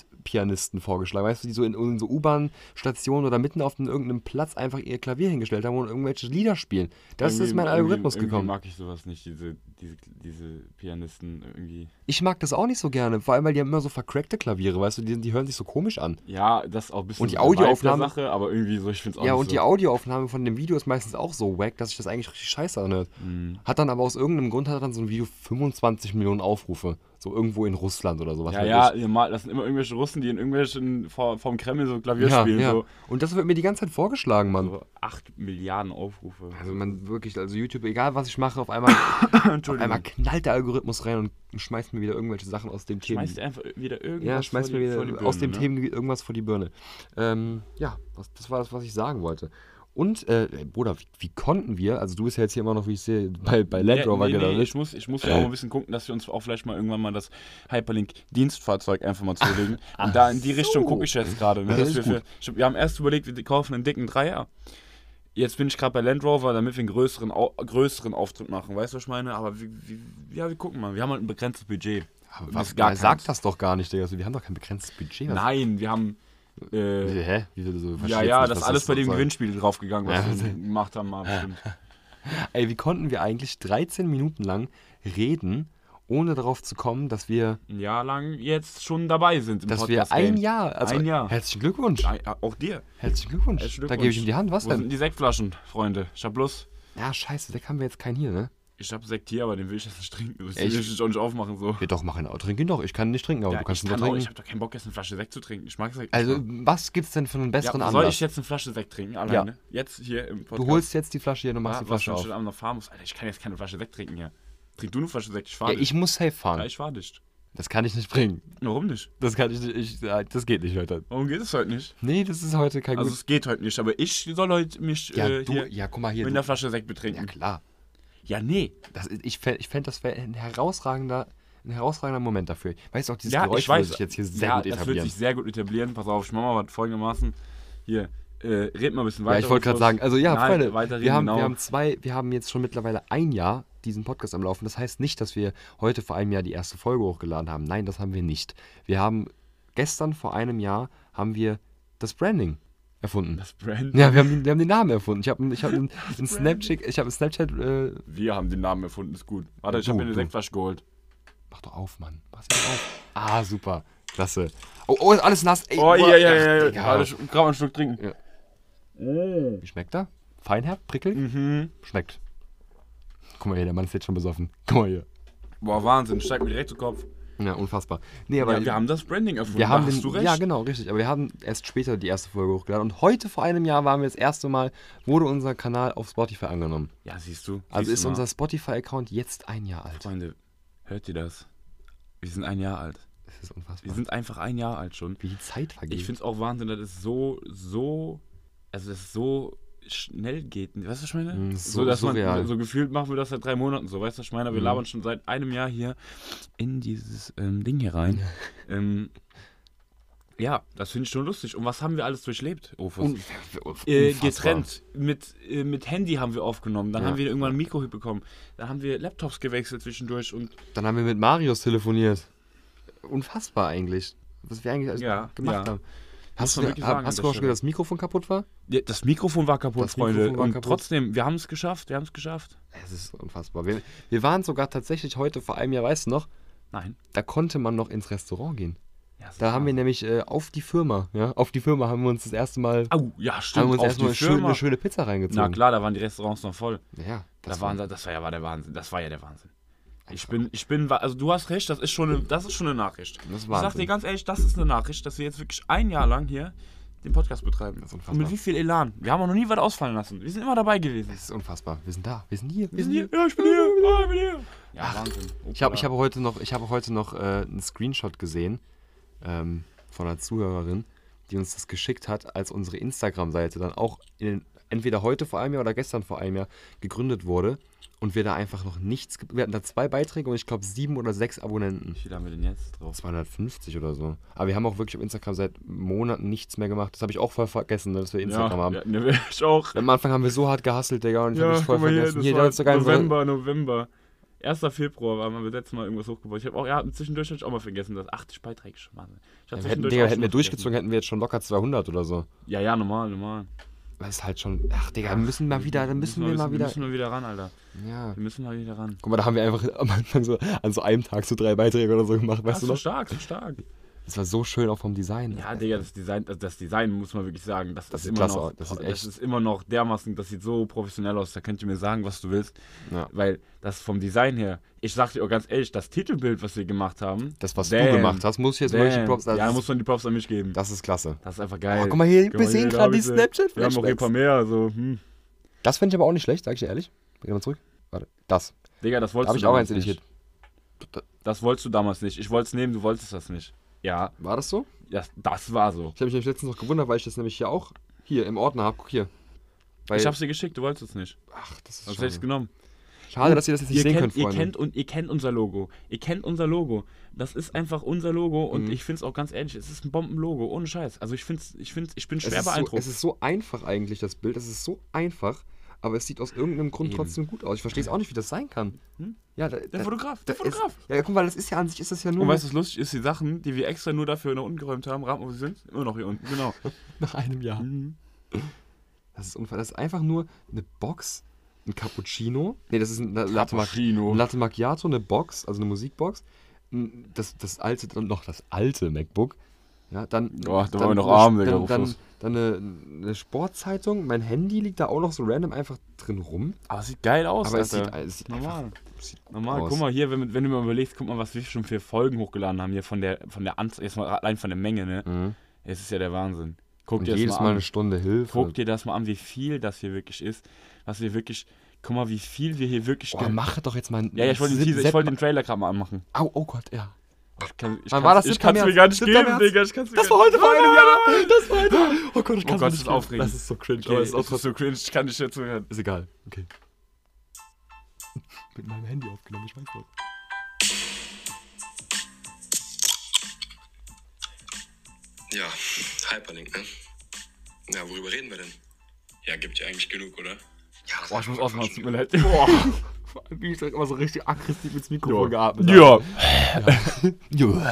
S2: Street-Pianisten vorgeschlagen. Weißt du, die so in, in so U-Bahn-Stationen oder mitten auf den, irgendeinem Platz einfach ihr Klavier hingestellt haben und irgendwelche Lieder spielen. Das ist
S1: Irgendwie-
S2: mein Algorithmus
S1: irgendwie,
S2: gekommen.
S1: Irgendwie mag ich sowas nicht, diese, diese, diese Pianisten irgendwie.
S2: Ich mag das auch nicht so gerne, vor allem, weil die haben immer so vercrackte Klaviere, weißt du, die, die hören sich so komisch an.
S1: Ja, das ist auch ein bisschen
S2: Und die
S1: so der Vibe
S2: Audioaufnahmen-
S1: der Sache, aber irgendwie so, ich finde es auch
S2: Ja,
S1: nicht
S2: und
S1: so.
S2: die Audioaufnahme von dem Video ist meistens auch so wack, dass sich das eigentlich richtig scheiße anhört.
S1: Mhm.
S2: Hat dann aber aus irgendeinem Grund hat dann so ein Video 25 Millionen Aufrufe. So irgendwo in Russland oder sowas.
S1: Ja,
S2: weiß
S1: ja,
S2: ich.
S1: ihr mal- das sind immer irgendwelche Russen, die in irgendwelchen vor, vom Kreml so Klavier
S2: Ja,
S1: spielen.
S2: ja. Also
S1: So.
S2: Und das wird mir die ganze Zeit vorgeschlagen, Mann.
S1: so 8 Milliarden Aufrufe. *laughs*
S2: Also man wirklich, also YouTube, egal was ich mache, auf
S1: *coughs*
S2: einmal, auf einmal knallt der Algorithmus rein und schmeißt mir wieder irgendwelche Sachen aus dem Themen.
S1: Schmeißt einfach wieder irgendwas
S2: Ja, schmeißt
S1: vor
S2: mir
S1: die-
S2: wieder
S1: vor die Birne,
S2: aus dem
S1: ne?
S2: Themengebiet irgendwas vor die Birne. Ähm, ja, was, das war das, was ich sagen wollte. Und, äh, ey, Bruder, wie, wie konnten wir, also du bist ja jetzt hier immer noch, wie ich sehe, bei, bei Land
S1: Ja,
S2: Rover
S1: nee, nee,
S2: gelandet.
S1: ich muss, ich muss ja auch mal ein bisschen gucken, dass wir uns auch vielleicht mal irgendwann mal das Hyperlink-Dienstfahrzeug einfach mal zulegen. Und da in die Richtung
S2: so.
S1: gucke ich jetzt gerade. Ne?
S2: Ja,
S1: dass
S2: ist
S1: wir, für, ich, wir haben erst überlegt, wir kaufen einen dicken Dreier. Jetzt bin ich gerade bei Land Rover, damit wir einen größeren, Au größeren Auftritt machen. Weißt du, was ich meine? Aber wie, wie, ja, wir gucken mal. Wir haben halt ein begrenztes Budget.
S2: Aber
S1: Das
S2: was,
S1: ist gar
S2: gar sag
S1: keins.
S2: das doch gar nicht, Digga. Also, wir haben doch kein begrenztes Budget. Was-
S1: Nein, wir haben. Äh,
S2: Hä? Wie du so
S1: ja,
S2: verstehst
S1: ja,
S2: nicht,
S1: das
S2: was
S1: ist alles bei
S2: soll
S1: dem
S2: sein.
S1: Gewinnspiel draufgegangen, was
S2: Ja,
S1: wir gemacht haben. Mal bestimmt.
S2: Ey, wie konnten wir eigentlich 13 Minuten lang reden, ohne darauf zu kommen, dass wir,
S1: Ein Jahr lang jetzt schon dabei sind. Im
S2: dass wir
S1: Podcast-Game.
S2: ein Jahr, also
S1: ein Jahr.
S2: herzlichen Glückwunsch.
S1: Ein- Auch dir.
S2: Herzlichen Glückwunsch.
S1: Herzlichen
S2: Da gebe ich
S1: Glückwunsch.
S2: ihm die Hand, was
S1: Wo
S2: denn?
S1: sind die Sektflaschen, Freunde? Ich hab bloß,
S2: Ja, scheiße, Sekt haben wir jetzt keinen hier, ne?
S1: ich hab Sekt hier, aber den will ich jetzt nicht trinken. Ich
S2: Echt?
S1: will ich auch nicht aufmachen so.
S2: Ja, doch, mach ihn auch. Trink ihn doch. Ich kann nicht trinken, aber
S1: Ja,
S2: du kannst
S1: ich,
S2: ihn doch
S1: kann auch,
S2: trinken.
S1: ich hab doch keinen Bock, jetzt eine Flasche Sekt zu trinken. Ich mag Sekt.
S2: also,
S1: nicht
S2: was gibt's denn für einen
S1: so.
S2: besseren
S1: ja, soll
S2: Anlass?
S1: ich jetzt eine Flasche Sekt trinken? Alleine? Jetzt hier im Podcast.
S2: du holst jetzt die Flasche hier und
S1: ja,
S2: machst die Flasche
S1: was
S2: auf.
S1: ich am fahren muss. Alter, ich kann jetzt keine Flasche Sekt trinken hier. Trink du eine Flasche Sekt, ich fahr
S2: Ja,
S1: dich.
S2: ich muss safe
S1: Ja,
S2: fahren.
S1: ich fahr dich.
S2: Das kann ich nicht bringen.
S1: Warum nicht?
S2: Das kann ich nicht. Ich, ja, das geht nicht heute.
S1: Warum geht es heute nicht?
S2: Nee, das ist heute kein
S1: Also
S2: gut.
S1: es geht heute nicht, aber ich soll heute mich
S2: Ja,
S1: äh,
S2: du,
S1: hier
S2: ja, guck mal hier.
S1: mit
S2: Du,
S1: einer Flasche Sekt
S2: ja,
S1: betrinken.
S2: klar.
S1: Ja, nee.
S2: Das, ist- ich fände, ich fänd, das wäre ein herausragender, ein herausragender Moment dafür. Weißt du auch, dieses
S1: ja,
S2: Geräusch
S1: ich weiß.
S2: würde sich jetzt hier sehr
S1: ja,
S2: gut
S1: das wird
S2: etablieren.
S1: sich sehr gut etablieren. Pass auf, ich mach mal was folgendermaßen. Hier, äh, red mal ein bisschen
S2: Ja,
S1: weiter.
S2: ich wollte gerade
S1: Rufus.
S2: sagen, also ja,
S1: Nein,
S2: Freunde,
S1: weiter reden,
S2: wir haben,
S1: genau.
S2: wir haben zwei, wir haben jetzt schon mittlerweile ein Jahr diesen Podcast am Laufen. Das heißt nicht, dass wir heute vor einem Jahr die erste Folge hochgeladen haben. Nein, das haben wir nicht. Wir haben gestern vor einem Jahr haben wir das Branding erfunden.
S1: das Brand.
S2: ja, wir haben, den- wir haben den Namen erfunden. Ich habe ich hab einen, einen Snapchat, ich habe einen Snapchat, äh,
S1: Wir haben den Namen erfunden, ist gut. Warte, ich habe
S2: Du,
S1: mir eine
S2: du.
S1: Sektflasche geholt.
S2: Mach doch auf, Mann. Mach sie doch auf. Ah, super. Klasse. Oh, oh, ist alles nass. Ey,
S1: Oh, ja, ja,
S2: ach,
S1: ja, ja.
S2: Digga.
S1: Warte, ich kann mal einen Schluck trinken.
S2: Wie schmeckt er? Feinherb, prickelt?
S1: Mhm.
S2: Schmeckt. Guck mal hier, der Mann ist jetzt schon besoffen. Guck mal hier.
S1: Boah, Wahnsinn, steigt mir direkt zu Kopf.
S2: Ja, unfassbar. Nee,
S1: Aber
S2: aber
S1: ja, wir haben das Branding erfunden.
S2: wir haben
S1: da
S2: den,
S1: hast du recht.
S2: Ja, genau, richtig. Aber wir haben erst später die erste Folge hochgeladen. Und heute vor einem Jahr waren wir das erste Mal, wurde unser Kanal auf Spotify angenommen.
S1: ja, siehst du.
S2: Also
S1: siehst
S2: ist
S1: du mal.
S2: unser Spotify-Account jetzt ein Jahr alt.
S1: Freunde, hört ihr das? Wir sind ein Jahr alt.
S2: Das ist
S1: Wir
S2: unfassbar.
S1: sind einfach ein Jahr alt schon.
S2: Wie die Zeit vergeht.
S1: Ich finde es auch Wahnsinn, dass es so, so, also dass es so schnell geht. Weißt du, was ich meine?
S2: Mm, so-
S1: Mhm, so, dass
S2: surreal.
S1: man so gefühlt machen wir das seit drei Monaten so. Weißt du, was ich meine? Wir
S2: Mhm.
S1: labern schon seit einem Jahr hier in dieses ähm, Ding hier rein. *laughs* ähm, ja, das finde ich schon lustig. Und was haben wir alles durchlebt? Oh, was-
S2: Un
S1: äh,
S2: unfassbar.
S1: getrennt. Mit, äh, mit Handy haben wir aufgenommen. Dann
S2: Ja.
S1: haben wir irgendwann ein Mikro bekommen. Dann haben wir Laptops gewechselt zwischendurch. Und
S2: Dann haben wir mit Marius telefoniert. Unfassbar eigentlich. Was wir eigentlich alles
S1: Ja,
S2: gemacht
S1: ja.
S2: haben. Hast du,
S1: man wirklich
S2: hab-
S1: sagen
S2: hast
S1: an
S2: du
S1: der
S2: auch schon
S1: Stelle.
S2: gehört, dass das Mikrofon kaputt war?
S1: Ja, das Mikrofon war kaputt,
S2: Das
S1: Freunde.
S2: Mikrofon war
S1: und
S2: kaputt.
S1: trotzdem, wir haben es geschafft. Wir haben es geschafft.
S2: Es ist unfassbar. Wir, wir waren sogar tatsächlich heute vor einem Jahr, weißt du noch,
S1: Nein.
S2: da konnte man noch ins Restaurant gehen.
S1: Ja, das
S2: Da
S1: ist
S2: haben wir nämlich äh, auf die Firma, ja, auf die Firma haben wir uns das erste Mal,
S1: Au, ja,
S2: haben
S1: stimmt.
S2: wir uns
S1: auf die
S2: erstmal schön,
S1: Firma.
S2: eine schöne Pizza
S1: Na
S2: reingezogen.
S1: klar, da waren die Restaurants noch voll.
S2: Ja,
S1: Das, da
S2: war-
S1: waren, das war ja war der Wahnsinn. Das war ja der Wahnsinn. Ich
S2: Einfach.
S1: bin, ich bin, wa- also du hast recht, das ist schon eine, das ist schon eine Nachricht.
S2: Das ist
S1: ich sag
S2: Wahnsinn.
S1: dir ganz ehrlich, das ist eine Nachricht, dass wir jetzt wirklich ein Jahr lang hier den Podcast betreiben.
S2: ist unfassbar.
S1: Und mit wie viel Elan. Wir haben auch noch nie was ausfallen lassen. Wir sind immer dabei gewesen.
S2: Das ist unfassbar. Wir sind da, wir sind hier,
S1: Wir sind hier. Ja, ich bin hier. Ja, ich bin hier. Ja, Wahnsinn.
S2: Ich habe ich
S1: Hoppla.
S2: habe heute noch, ich habe heute noch äh, einen Screenshot gesehen ähm, von einer Zuhörerin, die uns das geschickt hat, als unsere Instagram-Seite dann auch in, entweder heute vor einem Jahr oder gestern vor einem Jahr gegründet wurde und wir da einfach noch nichts, ge- wir hatten da zwei Beiträge und ich glaube sieben oder sechs Abonnenten.
S1: Wie viel haben wir denn jetzt drauf?
S2: 250 oder so. Aber wir haben auch wirklich auf Instagram seit Monaten nichts mehr gemacht. Das habe ich auch voll vergessen, ne, dass wir Instagram haben.
S1: Ja, ne, *laughs* ich auch.
S2: Am Anfang haben wir so hart gehasselt, Digga, und ich habe ich voll
S1: guck mal
S2: vergessen. Hier,
S1: das war
S2: da ist sogar ein
S1: November, November. 1. Februar war mal letztes Mal irgendwas hochgebaut. Ich habe auch, ja, zwischendurch hab ich auch mal vergessen, dass 80 Beiträge schon waren. Ich hab
S2: Ja, wir hätten,
S1: zwischendurch
S2: Digga,
S1: auch
S2: hätten
S1: schon
S2: wir
S1: mal
S2: durchgezogen, hätten wir jetzt schon locker 200 oder so.
S1: vergessen. Ja, ja, normal, normal.
S2: Das ist halt schon. Ach, Digga, wir müssen mal wieder, da müssen wir mal
S1: Wir
S2: wieder.
S1: müssen mal wieder ran, Alter.
S2: Ja.
S1: Wir müssen mal wieder ran.
S2: Guck mal, da haben wir einfach am Anfang so an so einem Tag so drei Beiträge oder so gemacht,
S1: Ach,
S2: weißt du
S1: so
S2: noch?
S1: stark, so stark.
S2: Das war so schön auch vom Design.
S1: Ja, Digga, das Design, das, das Design muss man wirklich sagen, das,
S2: Das
S1: ist
S2: sieht
S1: immer
S2: klasse
S1: noch,
S2: aus, das ist
S1: das
S2: echt-
S1: ist immer noch dermaßen, das sieht so professionell aus, da könnt ihr mir sagen, was du willst,
S2: Ja.
S1: weil das vom Design her, ich sag dir auch ganz ehrlich, das Titelbild, was wir gemacht haben,
S2: Das, was
S1: damn,
S2: du gemacht hast, muss ich jetzt mal wirklich
S1: damn,
S2: Props. Das,
S1: ja, da
S2: ist,
S1: muss man die Props an mich geben.
S2: das ist klasse.
S1: Das ist einfach geil.
S2: Oh, guck mal hier, wir sehen
S1: da
S2: gerade
S1: hab
S2: die
S1: ich sie.
S2: Snapchat-Flashbacks.
S1: Wir haben auch hier ein paar mehr, also, hm.
S2: Das finde ich aber auch nicht schlecht, sag ich dir ehrlich. Geh mal zurück. Warte. Das.
S1: Digga, das
S2: Da
S1: wolltest
S2: habe
S1: du
S2: ich auch eins
S1: damals
S2: editiert.
S1: nicht. Das wolltest du damals nicht. Ich wollte es nehmen, du wolltest das nicht. Ja,
S2: War das so?
S1: das, das war so.
S2: Ich habe mich nämlich letztens noch gewundert, weil ich das nämlich hier auch hier im Ordner habe. Guck hier. Weil,
S1: ich hab's dir geschickt, du wolltest es nicht.
S2: ach, das ist
S1: Sonst hätte ich's
S2: schade.
S1: genommen.
S2: schade, dass ihr das jetzt nicht
S1: ihr
S2: sehen
S1: kennt,
S2: könnt,
S1: ihr
S2: Freunde.
S1: kennt, und ihr kennt unser Logo. Ihr kennt unser Logo. Das ist einfach unser Logo und ich finde es auch ganz ehrlich, es ist ein Bombenlogo, ohne Scheiß. Also ich find's, ich find's, ich bin
S2: Es
S1: schwer
S2: ist, so,
S1: beeindruckt.
S2: es ist so einfach eigentlich, das Bild. Es ist so einfach, aber es sieht aus irgendeinem Grund
S1: Eben.
S2: trotzdem gut aus. Ich verstehe es auch nicht, wie das sein kann.
S1: Hm?
S2: Ja, da,
S1: der
S2: da-
S1: Fotograf,
S2: da
S1: der Fotograf. Mhm.
S2: Ist, ja, guck mal, das ist ja an sich, ist das ja nur
S1: und weißt du, was lustig ist? Die Sachen, die wir extra nur dafür noch ungeräumt haben, raten, wo sie sind, immer noch hier unten. Genau.
S2: nach einem Jahr.
S1: Mhm.
S2: Das ist unfassbar. Das ist einfach nur eine Box, ein Cappuccino. Nee, das ist ein La- Latte, Mac
S1: Cappuccino.
S2: ein Latte Macchiato, eine Box, also eine Musikbox. Ein- Das, das alte, dann noch das alte MacBook. Ja, dann.
S1: Boah, Oh, da
S2: dann
S1: waren wir noch
S2: eine-
S1: arm, Digga,
S2: Dann,
S1: auf
S2: dann,
S1: Schluss.
S2: dann eine, eine Sportzeitung. Mein Handy liegt da auch noch so random einfach drin rum.
S1: Aber es sieht geil aus,
S2: Aber es sieht,
S1: Alter.
S2: es sieht einfach
S1: Normal.
S2: Sieht gut
S1: Normal,
S2: aus.
S1: guck mal hier, wenn, wenn du mal überlegst, guck mal, was wir schon für Folgen hochgeladen haben hier von der von der Anzahl, erstmal allein von der Menge, ne?
S2: Mhm.
S1: Es ist ja der Wahnsinn. Guck
S2: Und
S1: dir das
S2: jedes
S1: mal
S2: Mal,
S1: an.
S2: eine Stunde Hilfe.
S1: Guck dir das mal an, wie viel das hier wirklich ist. Was wir wirklich. Guck mal, wie viel wir hier wirklich.
S2: oh,
S1: ge-
S2: mach doch jetzt mal einen.
S1: ja, ja, ich wollte den,
S2: Sepp-
S1: Teaser- ich
S2: Sepp-
S1: wollte den Trailer gerade mal anmachen.
S2: Au, oh Gott, ja.
S1: Ich kann ich
S2: Wann war das?
S1: kann's- ich
S2: 7.
S1: kann's mir
S2: März?
S1: gar nicht
S2: 7.
S1: geben,
S2: März?
S1: Digga. Ich kann's mir
S2: Das
S1: gar
S2: war
S1: nicht
S2: heute vor einem Jahr. Das war heute. *laughs* Oh Gott, ich
S1: Oh
S2: kann
S1: Gott, das ist aufregend.
S2: Das ist so cringe.
S1: Okay,
S2: aber es ist, auch
S1: das ist
S2: trotzdem-
S1: so cringe, ich kann nicht mehr zuhören.
S2: ist egal. Okay. Mit meinem Handy aufgenommen, ich weiß noch.
S3: Ja, Hyperlink, ne? Ja, worüber reden wir denn? Ja, gibt ja eigentlich genug, oder? Ja,
S1: Boah, ich muss ausmachen, es tut mir leid. *laughs*
S2: Wie ich direkt immer so richtig aggressiv ins Mikrofon geatmet
S1: Ja.
S2: Ja.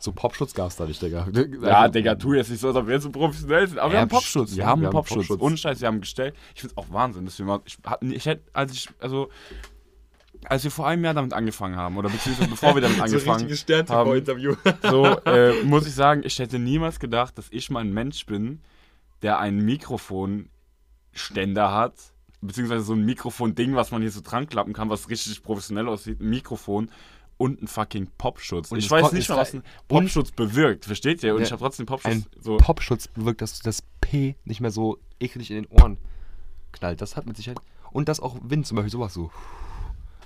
S2: So Popschutz gab's da nicht, Digga.
S1: Ja, Digga, tu jetzt nicht so, als ob wir jetzt so professionell sind. Aber wir
S2: Ja,
S1: haben Popschutz.
S2: pst,
S1: Wir
S2: ja,
S1: haben
S2: wir
S1: einen
S2: haben
S1: Popschutz.
S2: Popschutz.
S1: Ohne Scheiß, wir haben gestellt. Ich find's auch Wahnsinn, dass wir mal. Ich, hab- ich hätte, als ich, also. Als wir vor einem Jahr damit angefangen haben, oder beziehungsweise bevor wir damit angefangen haben,
S2: interview
S1: So äh, muss ich sagen, ich hätte niemals gedacht, dass ich mal ein Mensch bin, der einen Mikrofonständer hat, beziehungsweise so ein Mikrofon-Ding, was man hier so dran klappen kann, was richtig professionell aussieht, ein Mikrofon und einen fucking Popschutz.
S2: Und
S1: ich
S2: es
S1: weiß
S2: kommt-
S1: nicht
S2: es
S1: mal, was ein
S2: sei-
S1: Popschutz bewirkt, versteht ihr? Und
S2: Ja,
S1: ich habe trotzdem Popschutz.
S2: Ein
S1: *laughs* so,
S2: Popschutz bewirkt, dass das P nicht mehr so eklig in den Ohren knallt. Das hat mit Sicherheit. Und dass auch Wind zum Beispiel sowas so.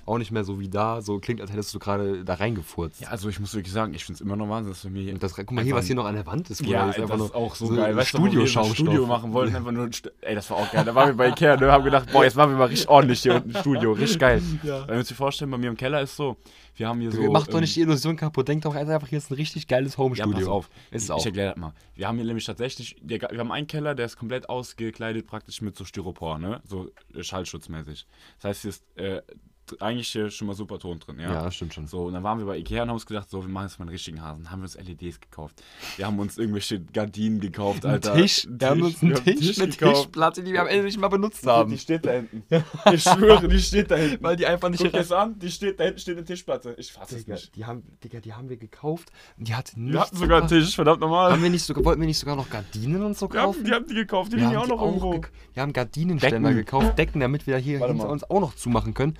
S2: Auch nicht mehr so wie da, so klingt, als hättest du gerade da reingefurzt.
S1: ja, also ich muss wirklich sagen, ich finde es immer noch Wahnsinn, dass wir mir
S2: Und das, guck mal hier, was hier noch an der Wand ist.
S1: Ja,
S2: Bruder,
S1: ey, das ist auch so,
S2: ein
S1: geil. Weißt du, wo wir so ein
S2: Studioschaumstoff.
S1: Studio machen wollten, einfach nur ein Stu- Ey, das war auch geil. Da waren wir bei Ikea, ne, haben gedacht, boah, jetzt machen wir mal richtig ordentlich hier unten ein Studio. Richtig geil. Wenn wir uns vorstellen, bei mir im Keller ist so, wir haben hier so...
S2: Macht doch
S1: ähm,
S2: nicht die Illusion kaputt. Denkt doch einfach, hier ist ein richtig geiles Home-Studio.
S1: Ja, pass auf.
S2: Ist es
S1: ich
S2: auch.
S1: erkläre das mal. Wir haben hier nämlich tatsächlich, wir wir haben einen Keller, der ist komplett ausgekleidet praktisch mit so Styropor, ne? So äh, schallschutzmäßig. Das heißt, hier ist äh, d- eigentlich hier schon mal super Ton drin, ja?
S2: Ja, stimmt schon.
S1: So, und dann waren wir bei Ikea und haben uns gedacht, so, wir machen jetzt mal einen richtigen Hasen. Haben wir uns LEDs gekauft. Wir haben uns irgendwelche Gardinen gekauft, Alter.
S2: Tisch,
S1: Einen
S2: wir haben uns
S1: wir
S2: einen
S1: haben einen
S2: Tisch, mit
S1: gekauft.
S2: Tischplatte, die wir am Ende nicht mal benutzt
S1: Die
S2: haben.
S1: steht da hinten. Ich schwöre, die steht da hinten.
S2: Weil die einfach nicht
S1: Guck das an, die steht da hinten, steht eine Tischplatte. Ich fasse es
S2: Digga,
S1: nicht.
S2: die haben, Digga, die haben wir gekauft. Die hat nichts.
S1: Wir hatten sogar einen
S2: gebracht.
S1: Tisch, verdammt nochmal.
S2: Haben wir nicht sogar, wollten wir nicht sogar noch Gardinen und so
S1: Wir haben,
S2: kaufen?
S1: die haben die gekauft, die liegen ja auch noch irgendwo.
S2: gek- wir haben Gardinenständer
S1: Decken.
S2: gekauft, Decken, damit wir hier
S1: Warte
S2: hinter
S1: mal.
S2: uns auch noch zumachen können.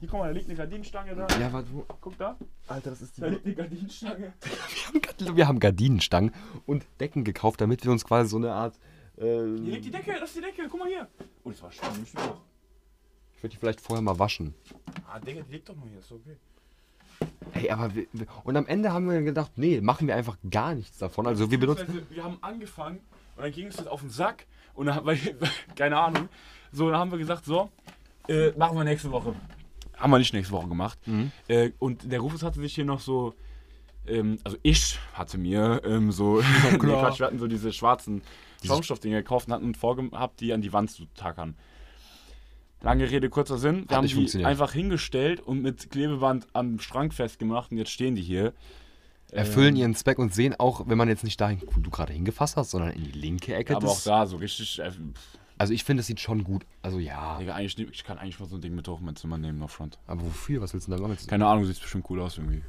S1: Hier, guck mal, da liegt eine Gardinenstange da.
S2: Ja, warte, wo-
S1: Guck da,
S2: Alter, das ist die.
S1: da liegt eine Gardinenstange.
S2: Wir haben, Gard- wir haben Gardinenstangen und Decken gekauft, damit wir uns quasi so eine Art. ähm,
S1: Hier liegt die Decke, das ist die Decke, guck mal hier. Oh, das war schön. ich bin auch-
S2: ich würde die vielleicht vorher mal waschen.
S1: Ah, Digga, die liegt doch nur hier, ist okay.
S2: Hey, aber wir, wir, und am Ende haben wir gedacht, nee, machen wir einfach gar nichts davon. Also wir benutzen.
S1: Beziehungsweise, wir haben angefangen und dann ging es uns auf den Sack und dann, *laughs* weil, keine Ahnung. So, dann haben wir gesagt, so, äh, machen wir nächste Woche. Haben wir nicht nächste Woche gemacht.
S2: Mhm.
S1: Äh, und der Rufus hatte sich hier noch so, ähm, also ich hatte mir ähm, so, *laughs* nee,
S2: klar.
S1: Quatsch, wir hatten so diese schwarzen Schaumstoffdinger gekauft und hatten vorgehabt, die an die Wand zu tackern. Lange Rede, kurzer Sinn. Wir haben
S2: nicht
S1: die
S2: funktioniert.
S1: einfach hingestellt und mit Klebeband am Schrank festgemacht und jetzt stehen die hier.
S2: erfüllen
S1: Ähm.
S2: ihren Zweck und sehen auch, wenn man jetzt nicht dahin, wo du gerade hingefasst hast, sondern in die linke Ecke.
S1: Aber auch
S2: das,
S1: da so richtig, äh, pff,
S2: also ich finde, es sieht schon gut. Also ja.
S1: Digga, eigentlich, nehm- ich kann eigentlich mal so ein Ding mit hoch in mein Zimmer nehmen, noch Front.
S2: Aber wofür? Was willst du denn da machen?
S1: Keine Ahnung, sieht bestimmt cool aus irgendwie.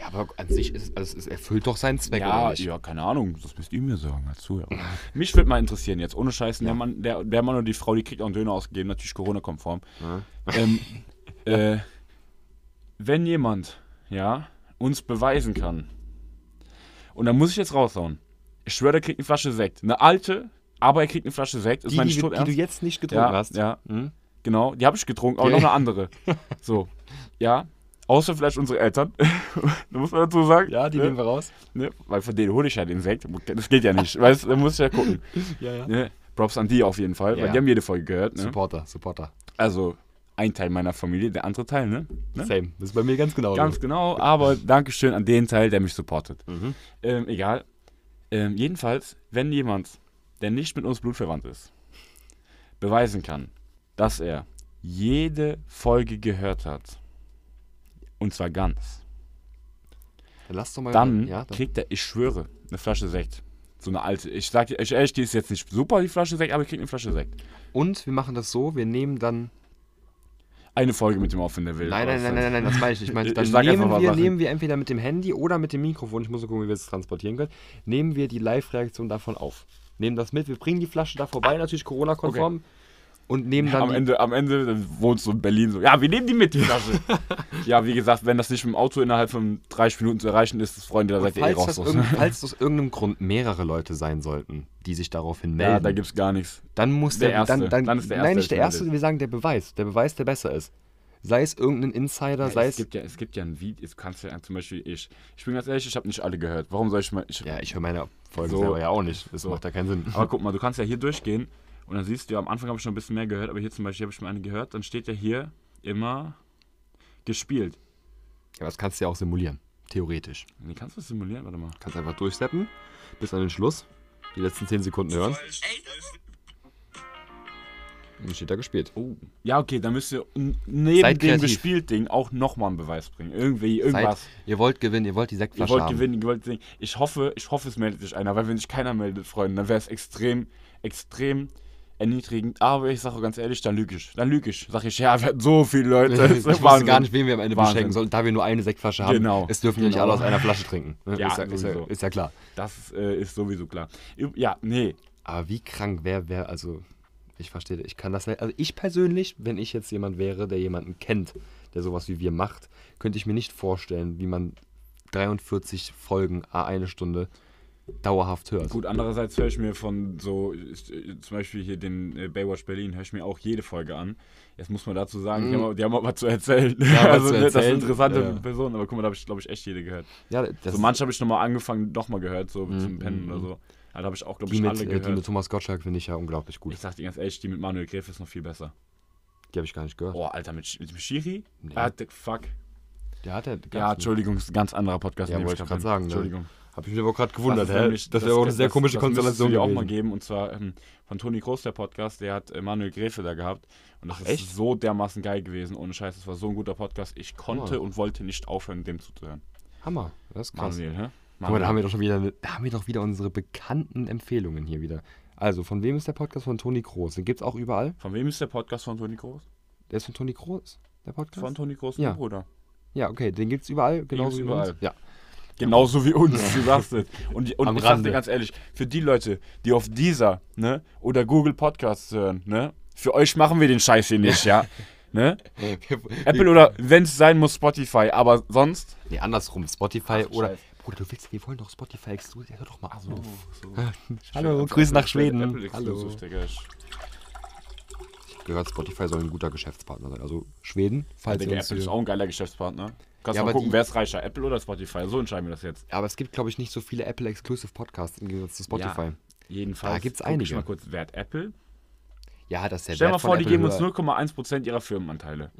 S2: Ja, aber an sich ist also es erfüllt doch seinen Zweck, oder
S1: Ja,
S2: nicht?
S1: ja, keine Ahnung, das müsst ihr mir sagen
S2: *laughs*
S1: als Zuhörer. Mich würde mal interessieren jetzt, ohne Scheißen, der, Mann, der, der Mann oder die Frau, die kriegt auch einen Döner ausgegeben, natürlich Corona-konform.
S2: *laughs*
S1: Ähm, äh, wenn jemand, ja, uns beweisen kann, und dann muss ich jetzt raushauen, ich schwöre, der kriegt eine Flasche Sekt. Eine alte, aber er kriegt eine Flasche Sekt. Ist
S2: Die,
S1: mein
S2: die,
S1: Sturm
S2: die du
S1: ernst?
S2: jetzt nicht getrunken
S1: ja,
S2: hast.
S1: Ja,
S2: Hm?
S1: Genau, die habe ich getrunken, aber
S2: Ja.
S1: noch eine
S2: *laughs*
S1: andere. So, ja. Außer vielleicht unsere Eltern. *laughs* da muss man dazu sagen.
S2: Ja, die
S1: ne?
S2: nehmen wir raus.
S1: Ne? Weil von denen hole ich ja den Sekt. Das geht ja nicht. weißt du, da muss ich ja gucken.
S2: *laughs* Ja, ja.
S1: Ne? Props an die auf jeden Fall, weil
S2: Ja.
S1: die haben jede Folge gehört. Ne?
S2: Supporter, Supporter.
S1: Also, ein Teil meiner Familie, der andere Teil, ne? ne?
S2: Same. Das ist bei mir ganz genau.
S1: Ganz
S2: so.
S1: genau, aber Dankeschön an den Teil, der mich supportet.
S2: Mhm.
S1: Ähm, egal. Ähm, jedenfalls, wenn jemand, der nicht mit uns blutverwandt ist, beweisen kann, dass er jede Folge gehört hat, und zwar ganz,
S2: Dann lass doch mal.
S1: dann
S2: ja, dann
S1: kriegt er, ich schwöre, eine Flasche Sekt. So eine alte. Ich sag dir ich, ehrlich, die ist jetzt nicht super, die Flasche Sekt, aber ich krieg eine Flasche Sekt.
S2: Und wir machen das so: wir nehmen dann.
S1: Eine Folge mit dem auf, wenn der will.
S2: Nein, nein, nein, nein, nein, nein, das meine ich nicht. Ich meine,
S1: *laughs* Ich
S2: dann
S1: sag einfach
S2: nehmen,
S1: mal
S2: wir,
S1: Sachen.
S2: nehmen wir entweder mit dem Handy oder mit dem Mikrofon, ich muss nur gucken, wie wir es transportieren können, nehmen wir die Live-Reaktion davon auf. Nehmen das mit, wir bringen die Flasche da vorbei, natürlich Corona-konform. Und nehmen dann
S1: Am
S2: die,
S1: Ende, am Ende dann wohnst du in Berlin so. Ja, wir nehmen die mit,
S2: *laughs*
S1: die Flasche. ja, wie gesagt, wenn das nicht mit dem Auto innerhalb von 30 Minuten zu erreichen ist, Freunde, da seid ihr eh
S2: falls,
S1: raus.
S2: das irgend, falls aus irgendeinem Grund mehrere Leute sein sollten, die sich daraufhin melden,
S1: *laughs* ja, da gibt's gar nichts.
S2: dann muss
S1: der
S2: der,
S1: Erste.
S2: Dann, dann,
S1: Dann ist der Erste,
S2: nein, nicht der
S1: der
S2: Erste,
S1: meldet.
S2: wir sagen der Beweis. Der Beweis, der besser ist. Sei es irgendein Insider, sei
S1: Es
S2: es.
S1: gibt, ja, es gibt ja ein Video, es kannst ja zum Beispiel ich. Ich bin ganz ehrlich, ich habe nicht alle gehört. Warum soll ich mal. Ich,
S2: Ja, ich höre meine Folgen
S1: So.
S2: selber ja auch nicht. Das macht ja keinen
S1: *laughs*
S2: Sinn.
S1: Aber guck mal, du kannst ja hier durchgehen und dann siehst du ja, am Anfang habe ich schon ein bisschen mehr gehört, aber hier zum Beispiel habe ich mal eine gehört, dann steht ja hier immer gespielt.
S2: Ja, das kannst du ja auch simulieren. Theoretisch.
S1: Nee, kannst du das simulieren? Warte mal.
S2: Kannst einfach durchsteppen, bis an den Schluss, die letzten 10 Sekunden hören. Und dann steht da gespielt.
S1: Oh. Ja, okay, dann müsst ihr n- neben
S2: Seid
S1: dem
S2: kreativ.
S1: gespielt Ding auch nochmal einen Beweis bringen. Irgendwie, irgendwas.
S2: Seid- ihr wollt gewinnen, ihr wollt die
S1: Ihr
S2: Sektflasche
S1: wollt
S2: haben. *laughs*
S1: gewinnen, ihr wollt sehen. Ich hoffe, ich hoffe, es meldet sich einer, weil wenn sich keiner meldet, Freunde, dann wäre es extrem, extrem erniedrigend. Aber ich sage auch ganz ehrlich, dann lüge ich. Dann lüge ich. Sag ich, ja, wir hatten so
S2: *laughs*
S1: viele Leute. Das
S2: Ich
S1: ist
S2: wusste
S1: Wahnsinn.
S2: gar nicht, wen wir am Ende
S1: Wahnsinn.
S2: beschenken sollen, da wir nur eine Sektflasche haben.
S1: Genau.
S2: Es dürfen ja nicht
S1: Genau.
S2: alle aus einer Flasche *laughs* trinken. Ne?
S1: Ja,
S2: ist, ja, ist, ja,
S1: sowieso.
S2: ist ja klar.
S1: Das äh, ist sowieso klar. Üb- Ja, nee.
S2: Aber wie krank wäre, wäre, also, ich verstehe, ich kann das nicht. Also, ich persönlich, wenn ich jetzt jemand wäre, der jemanden kennt, der sowas wie wir macht, könnte ich mir nicht vorstellen, wie man 43 Folgen a eine Stunde dauerhaft hört.
S1: Gut, andererseits höre ich mir von so, ich, äh, zum Beispiel hier den äh, Baywatch Berlin, höre ich mir auch jede Folge an. Jetzt muss man dazu sagen, die, haben, auch- die haben auch was zu erzählen.
S2: Mhm. was
S1: *laughs* also,
S2: zu
S1: ne, das sind
S2: erzählen.
S1: interessante
S2: Ja, ja.
S1: Personen, aber guck mal, da habe ich, glaube ich, echt jede gehört.
S2: Ja, das
S1: so manche habe ich nochmal angefangen, nochmal gehört, so zum
S2: mm,
S1: Pennen
S2: mm.
S1: oder so. Da habe ich auch, glaube
S2: die,
S1: ich,
S2: mit,
S1: alle
S2: äh, die mit
S1: gehört.
S2: Thomas Gottschalk finde ich ja unglaublich gut.
S1: Ich sag dir ganz ehrlich, die mit Manuel Gräf ist noch viel besser.
S2: Die habe ich gar nicht gehört.
S1: Boah, Alter, mit, Sch- mit Schiri?
S2: Nee.
S1: Ah, d- fuck.
S2: Der hat ja.
S1: Ja, Entschuldigung, ist ein ganz anderer Podcast.
S2: Ja,
S1: in dem
S2: wollte ich
S1: bin.
S2: grad sagen, ne?
S1: Entschuldigung.
S2: Habe ich mich aber gerade
S1: Das
S2: gewundert,
S1: ist
S2: hä?
S1: nämlich-
S2: Das wäre auch eine sehr komische
S1: das müsstest
S2: Konstellation.
S1: du dir auch mal
S2: gewesen.
S1: geben. Und zwar ähm, von Toni Groß, der Podcast, der hat äh, Manuel Gräfe da gehabt. Und das
S2: Ach,
S1: ist
S2: echt?
S1: so dermaßen geil gewesen, ohne Scheiß. Das war so ein guter Podcast. Ich konnte
S2: Hammer.
S1: und wollte nicht aufhören, dem zuzuhören.
S2: Hammer, das ist krass.
S1: Manuel, hä?
S2: Guck mal, da haben wir doch schon wieder, da haben wir doch wieder unsere bekannten Empfehlungen hier wieder. Also, von wem ist der Podcast? Von Toni Groß. Den gibt's auch überall.
S1: Von wem ist der Podcast von Toni Groß?
S2: Der ist von Toni Groß, der Podcast?
S1: Von Toni Groß,
S2: Ja.
S1: mein Bruder.
S2: ja, okay, den gibt's überall, genauso wie
S1: gibt's
S2: überall.
S1: überall.
S2: Ja.
S1: Genauso wie *laughs* uns, du sagst es. Und, die- und
S2: Am
S1: ich sag dir
S2: Rande.
S1: ganz ehrlich, für die Leute, die auf dieser ne, oder Google Podcasts hören, ne, für euch machen wir den Scheiß hier *laughs* nicht, ja. Ne? Apple oder, wenn es sein muss, Spotify, aber sonst.
S2: Nee, andersrum, Spotify
S1: Ach,
S2: oder.
S1: Scheiße.
S2: Bruder, du willst, wir wollen doch Spotify exklusiv. Hör doch mal auf.
S1: so.
S2: *laughs* Hallo, Grüße nach Schweden.
S1: Hallo.
S2: Hallo. Ich hab gehört, Spotify soll ein guter Geschäftspartner sein. Also, Schweden, falls ihr
S1: Digga,
S2: uns
S1: Apple ist
S2: hier-
S1: auch ein geiler Geschäftspartner. Kannst
S2: Ja,
S1: mal
S2: aber
S1: gucken,
S2: die-
S1: wer ist reicher, Apple oder Spotify? So entscheiden wir das jetzt.
S2: Aber es gibt, glaube ich, nicht so viele Apple-Exclusive Podcasts im Gegensatz zu Spotify.
S1: Jedenfalls.
S2: Da gibt's
S1: guck ich
S2: einige.
S1: mal kurz, wer hat Apple?
S2: Ja, das ist der
S1: Stell
S2: Wert
S1: mal
S2: von
S1: vor, die
S2: Apple
S1: geben uns
S2: höher.
S1: 0,1%
S2: *laughs*
S1: ihrer Firmenanteile.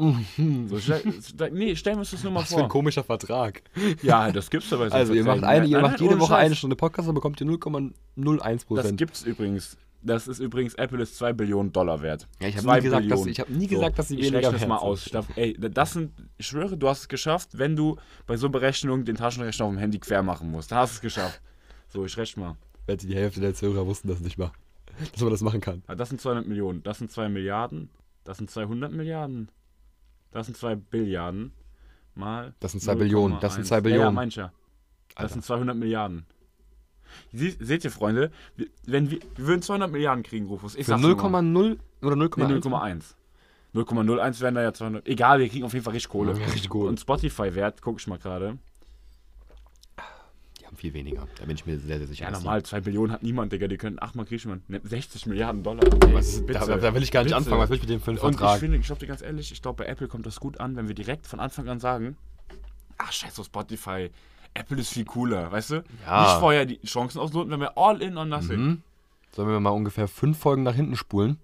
S1: so, stell, stell, nee, stellen wir uns das nur mal
S2: Was für
S1: vor.
S2: ein komischer Vertrag.
S1: Ja, das gibt's aber
S2: Also, ihr macht, eine, ihr macht jede Woche eine Stunde Podcast, dann bekommt ihr 0,01
S1: Das
S2: Prozent.
S1: gibt's übrigens. Das ist übrigens, Apple ist 2 Billionen Dollar wert.
S2: Ja, ich hab
S1: Zwei
S2: nie gesagt, dass-
S1: Billionen.
S2: ich hab nie gesagt, dass sie
S1: Ich
S2: weniger
S1: rechne das mal
S2: wert sind.
S1: aus. Ich glaub, ey, das sind, ich schwöre, du hast es geschafft, wenn du bei so Berechnungen den Taschenrechner auf dem Handy quer machen musst. Da hast du es geschafft. So, ich rechne mal.
S2: Wette, die Hälfte der Zuhörer wussten das nicht mal, *laughs* dass man das machen kann.
S1: Ah, Das sind 200 Millionen, das sind 2 Milliarden, das sind 200 Milliarden, das sind 2 Billiarden mal.
S2: Das sind zwei Billionen, das sind
S1: 0,1.
S2: zwei
S1: Ja, ja
S2: Billionen.
S1: mein ich ja. Das
S2: Alter.
S1: sind 200 Milliarden. Sie, seht ihr, Freunde, wir- wenn wir, wir würden 200 Milliarden kriegen, Rufus. Ich
S2: Für
S1: sag's nur mal.
S2: 0,0 oder
S1: Nee,
S2: 0,1?
S1: 0,1. 0,01 wären da ja 200. Egal, wir kriegen auf jeden Fall richtig Kohle.
S2: Ja, richtig Kohle.
S1: Und Spotify-Wert, guck ich mal gerade.
S2: die haben viel weniger, da bin ich mir sehr, sehr sicher.
S1: Ja,
S2: dass die-
S1: normal, 2 Billionen hat niemand, Digga. Die können 8 mal Griechenland. Ne, 60 Milliarden Dollar. Ey,
S2: Was ist, da, da will ich gar nicht
S1: bitte.
S2: anfangen, was will ich mit dem für einen
S1: Und ich
S2: Vertrag?
S1: finde, ich glaube dir ganz ehrlich, ich glaube, bei Apple kommt das gut an, wenn wir direkt von Anfang an sagen: Ach, scheiße, Spotify. Apple ist viel cooler, weist du?
S2: Ja.
S1: Nicht vorher die Chancen ausloten, wenn wir all in on nothing.
S2: Mhm. Sollen wir mal ungefähr fünf Folgen nach hinten spulen?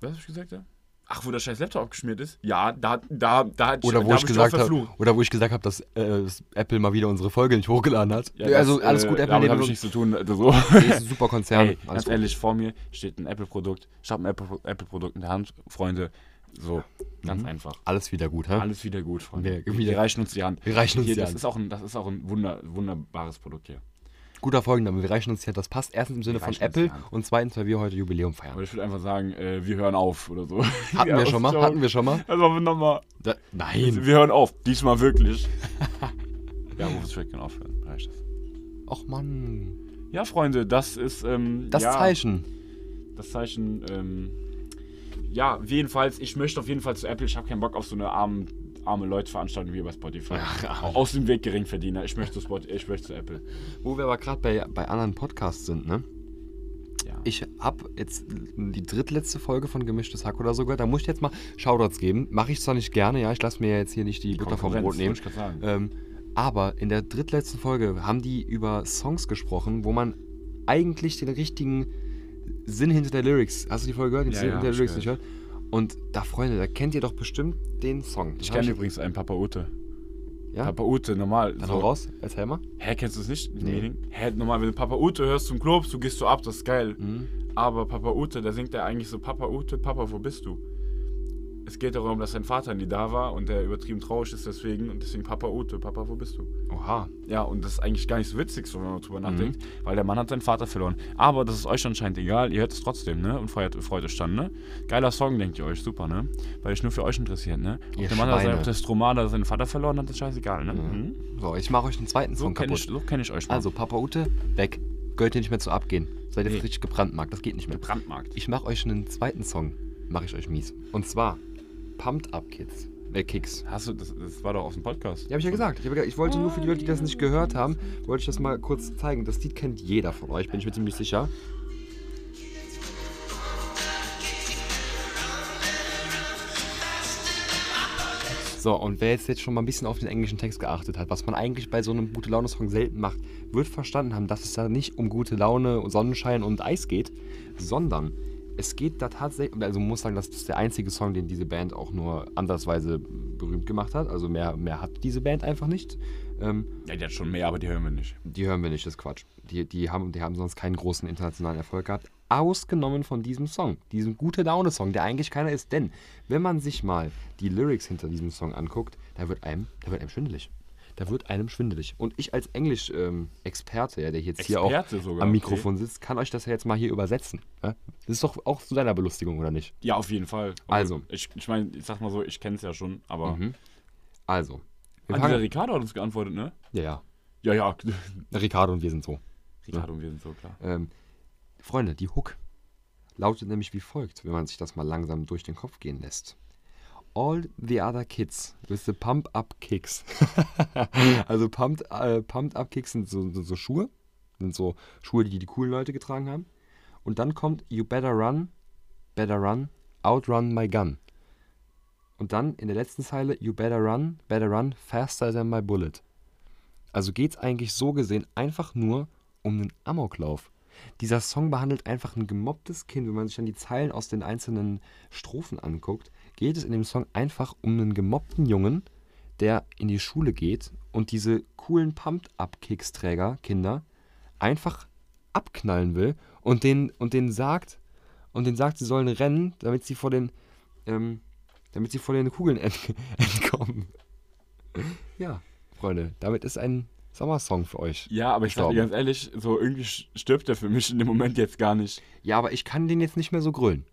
S1: Was hab ich gesagt? Ja? Ach, wo der scheiß Laptop abgeschmiert ist? Ja, da, da, da hat
S2: Oder wo,
S1: da
S2: ich
S1: hab
S2: gesagt
S1: auch
S2: hab,
S1: verflucht.
S2: oder wo ich gesagt habe, dass, äh, dass Apple mal wieder unsere Folge nicht hochgeladen hat.
S1: Ja,
S2: Ja, also
S1: das,
S2: alles
S1: äh,
S2: gut, Apple,
S1: Damit
S2: nehmen
S1: habe
S2: wir uns-
S1: ich nichts zu
S2: *laughs*
S1: tun. Also so.
S2: Nee, ist ein super Konzern.
S1: Ey,
S2: alles
S1: ganz
S2: gut.
S1: ehrlich, vor mir steht ein Apple-Produkt. Ich habe ein Apple- Apple-Produkt in der Hand, Freunde. So, ganz einfach.
S2: alles wieder gut, hä?
S1: Alles wieder gut, Freunde.
S2: Wir-
S1: Wir,
S2: wir-
S1: reichen uns die Hand.
S2: wir reichen uns
S1: hier,
S2: die
S1: das
S2: Hand.
S1: Ist auch ein, das ist auch ein wunder, wunderbares Produkt hier.
S2: Guter Folgenname, wir reichen uns hier, das passt erstens im Sinne von
S1: reichen uns
S2: Apple
S1: die Hand.
S2: und zweitens, weil wir heute Jubiläum
S1: Aber
S2: feiern.
S1: ich würde einfach sagen, äh, wir hören auf oder *laughs* so.
S2: Hatten wir schon mal, hatten wir schon mal.
S1: Also nochmal.
S2: Da,
S1: Wir
S2: nein.
S1: hören auf. Diesmal *laughs* wirklich. ja, Rufus, wir können aufhören. Reicht das.
S2: Och Mann.
S1: Ja, Freunde, das ist. Ähm,
S2: Das
S1: ja,
S2: Zeichen.
S1: das Zeichen. Ähm, ja, jedenfalls, ich möchte auf jeden Fall zu Apple. Ich habe keinen Bock auf so eine arme, arme Leute-Veranstaltung wie bei Spotify. Aus dem Weg Geringverdiener. Ich möchte zu, Spot, ich möchte zu Apple.
S2: Wo wir aber gerade bei, bei anderen Podcasts sind, ne?
S1: Ja.
S2: Ich hab jetzt die drittletzte Folge von Gemischtes Hack oder sogar. Da muss ich jetzt mal Shoutouts geben. Mache ich zwar nicht gerne, ja. Ich lasse mir jetzt hier nicht die, Butter vom
S1: Konkurrenz,
S2: Brot nehmen.
S1: wollte ich grad sagen.
S2: Ähm, aber in der drittletzten Folge haben die über Songs gesprochen, wo man eigentlich den richtigen Sinn hinter der Lyrics. Hast du die Folge gehört? Den
S1: Ja,
S2: Sinn
S1: ja,
S2: hinter der
S1: hab ich
S2: Lyrics nicht gehört. Und da, Freunde, da kennt ihr doch bestimmt den Song.
S1: Ich
S2: Den hab
S1: kenne übrigens einen Papa Ute.
S2: Ja?
S1: Papa Ute, normal.
S2: Dann hau raus, erzähl mal.
S1: Hä, kennst du es nicht?
S2: Nee.
S1: Nee. Hä, normal, wenn du Papa Ute hörst zum Club, du gehst so ab, das ist geil.
S2: Mhm.
S1: Aber Papa Ute, da singt er eigentlich so, Papa Ute, Papa, wo bist du? Es geht darum, dass sein Vater nie da war und der übertrieben traurig ist deswegen und deswegen Papa Ute, Papa, wo bist du?
S2: Oha.
S1: Ja, und das ist eigentlich gar nicht so witzig, so, wenn man
S2: Mhm.
S1: drüber nachdenkt, weil der Mann hat seinen Vater verloren. Aber das ist euch anscheinend egal, ihr hört es trotzdem, ne? Und freut, freut euch dann, ne? Geiler Song, denkt ihr euch, super, ne? Weil ich nur für euch interessiert, ne? Ob
S2: Ihr
S1: der Mann, hat seinen-
S2: Schweine.
S1: ob der Stromada seinen Vater verloren hat, ist scheißegal, ne? Mhm.
S2: So, ich mache euch einen zweiten
S1: So
S2: Song
S1: kenne
S2: kaputt.
S1: ich, so kenn ich euch mal.
S2: Also, Papa Ute, weg. Gehört hier nicht mehr zu abgehen. Seid jetzt
S1: Nee.
S2: richtig gebrannt, Marc. Das geht nicht mehr.
S1: Brandmarkt.
S2: Ich mache euch einen zweiten Song. Mache ich euch mies. Und zwar Pumped Up Kids. Äh, Kicks.
S1: Hast du, das, das war doch aus dem Podcast.
S2: Ja, habe ich ja gesagt. Ich, hab ja gesagt. ich wollte nur für die Leute, die das nicht gehört haben, wollte ich das mal kurz zeigen. Das Lied kennt jeder von euch, bin ich mir ziemlich sicher. So, und wer jetzt, jetzt schon mal ein bisschen auf den englischen Text geachtet hat, was man eigentlich bei so einem gute Laune-Song selten macht, wird verstanden haben, dass es da nicht um gute Laune, und Sonnenschein und Eis geht, sondern es geht da tatsächlich, also man muss sagen, das ist der einzige Song, den diese Band auch nur andersweise berühmt gemacht hat. Also mehr, mehr hat diese Band einfach nicht. Ähm,
S1: Ja, die hat schon mehr, aber die hören wir nicht.
S2: die hören wir nicht, das ist Quatsch. Die, die, haben, die haben sonst keinen großen internationalen Erfolg gehabt. Ausgenommen von diesem Song, diesem gute Laune-Song, der eigentlich keiner ist. Denn wenn man sich mal die Lyrics hinter diesem Song anguckt, da wird einem, da wird einem schwindelig. Da wird einem schwindelig. Und ich als Englisch-Experte, ja, der jetzt hier auch
S1: Experte sogar,
S2: am
S1: okay.
S2: Mikrofon sitzt, kann euch das ja jetzt mal hier übersetzen. Ja? Das ist doch auch zu deiner Belustigung, oder nicht?
S1: Ja, auf jeden Fall. Obwohl,
S2: Also.
S1: Ich, ich meine, ich sag mal so, ich kenn's ja schon, aber.
S2: Also, wir
S1: Ah, dieser
S2: fangen,
S1: Ricardo hat uns geantwortet, ne?
S2: ja, ja,
S1: Ja, ja. *laughs*
S2: Ricardo und wir sind so.
S1: Ricardo, und wir sind so klar.
S2: Ähm, Freunde, die Hook lautet nämlich wie folgt, wenn man sich das mal langsam durch den Kopf gehen lässt. All the other kids with the pump up kicks. *laughs* also pumped, äh, pumped up kicks sind so, so, so Schuhe, sind so Schuhe, die die coolen Leute getragen haben. Und dann kommt You better run, better run, outrun my gun. Und dann in der letzten Zeile You better run, better run, faster than my bullet. Also geht es eigentlich so gesehen einfach nur um einen Amoklauf. Dieser Song behandelt einfach ein gemobbtes Kind. Wenn man sich dann die Zeilen aus den einzelnen Strophen anguckt, geht es in dem Song einfach um einen gemobbten Jungen, der in die Schule geht und diese coolen Pumped-Up-Kicksträger, Kinder, einfach abknallen will und denen, und denen sagt, und denen sagt, sie sollen rennen, damit sie vor den, ähm, damit sie vor den Kugeln ent *laughs* entkommen. Ja, Freunde, damit ist ein Sommersong für euch.
S1: Ja, aber ich sag dir
S2: gestorben.
S1: ganz ehrlich, so irgendwie sch- stirbt er für mich in dem Moment jetzt gar nicht.
S2: Ja, aber ich kann den jetzt nicht mehr so grölen.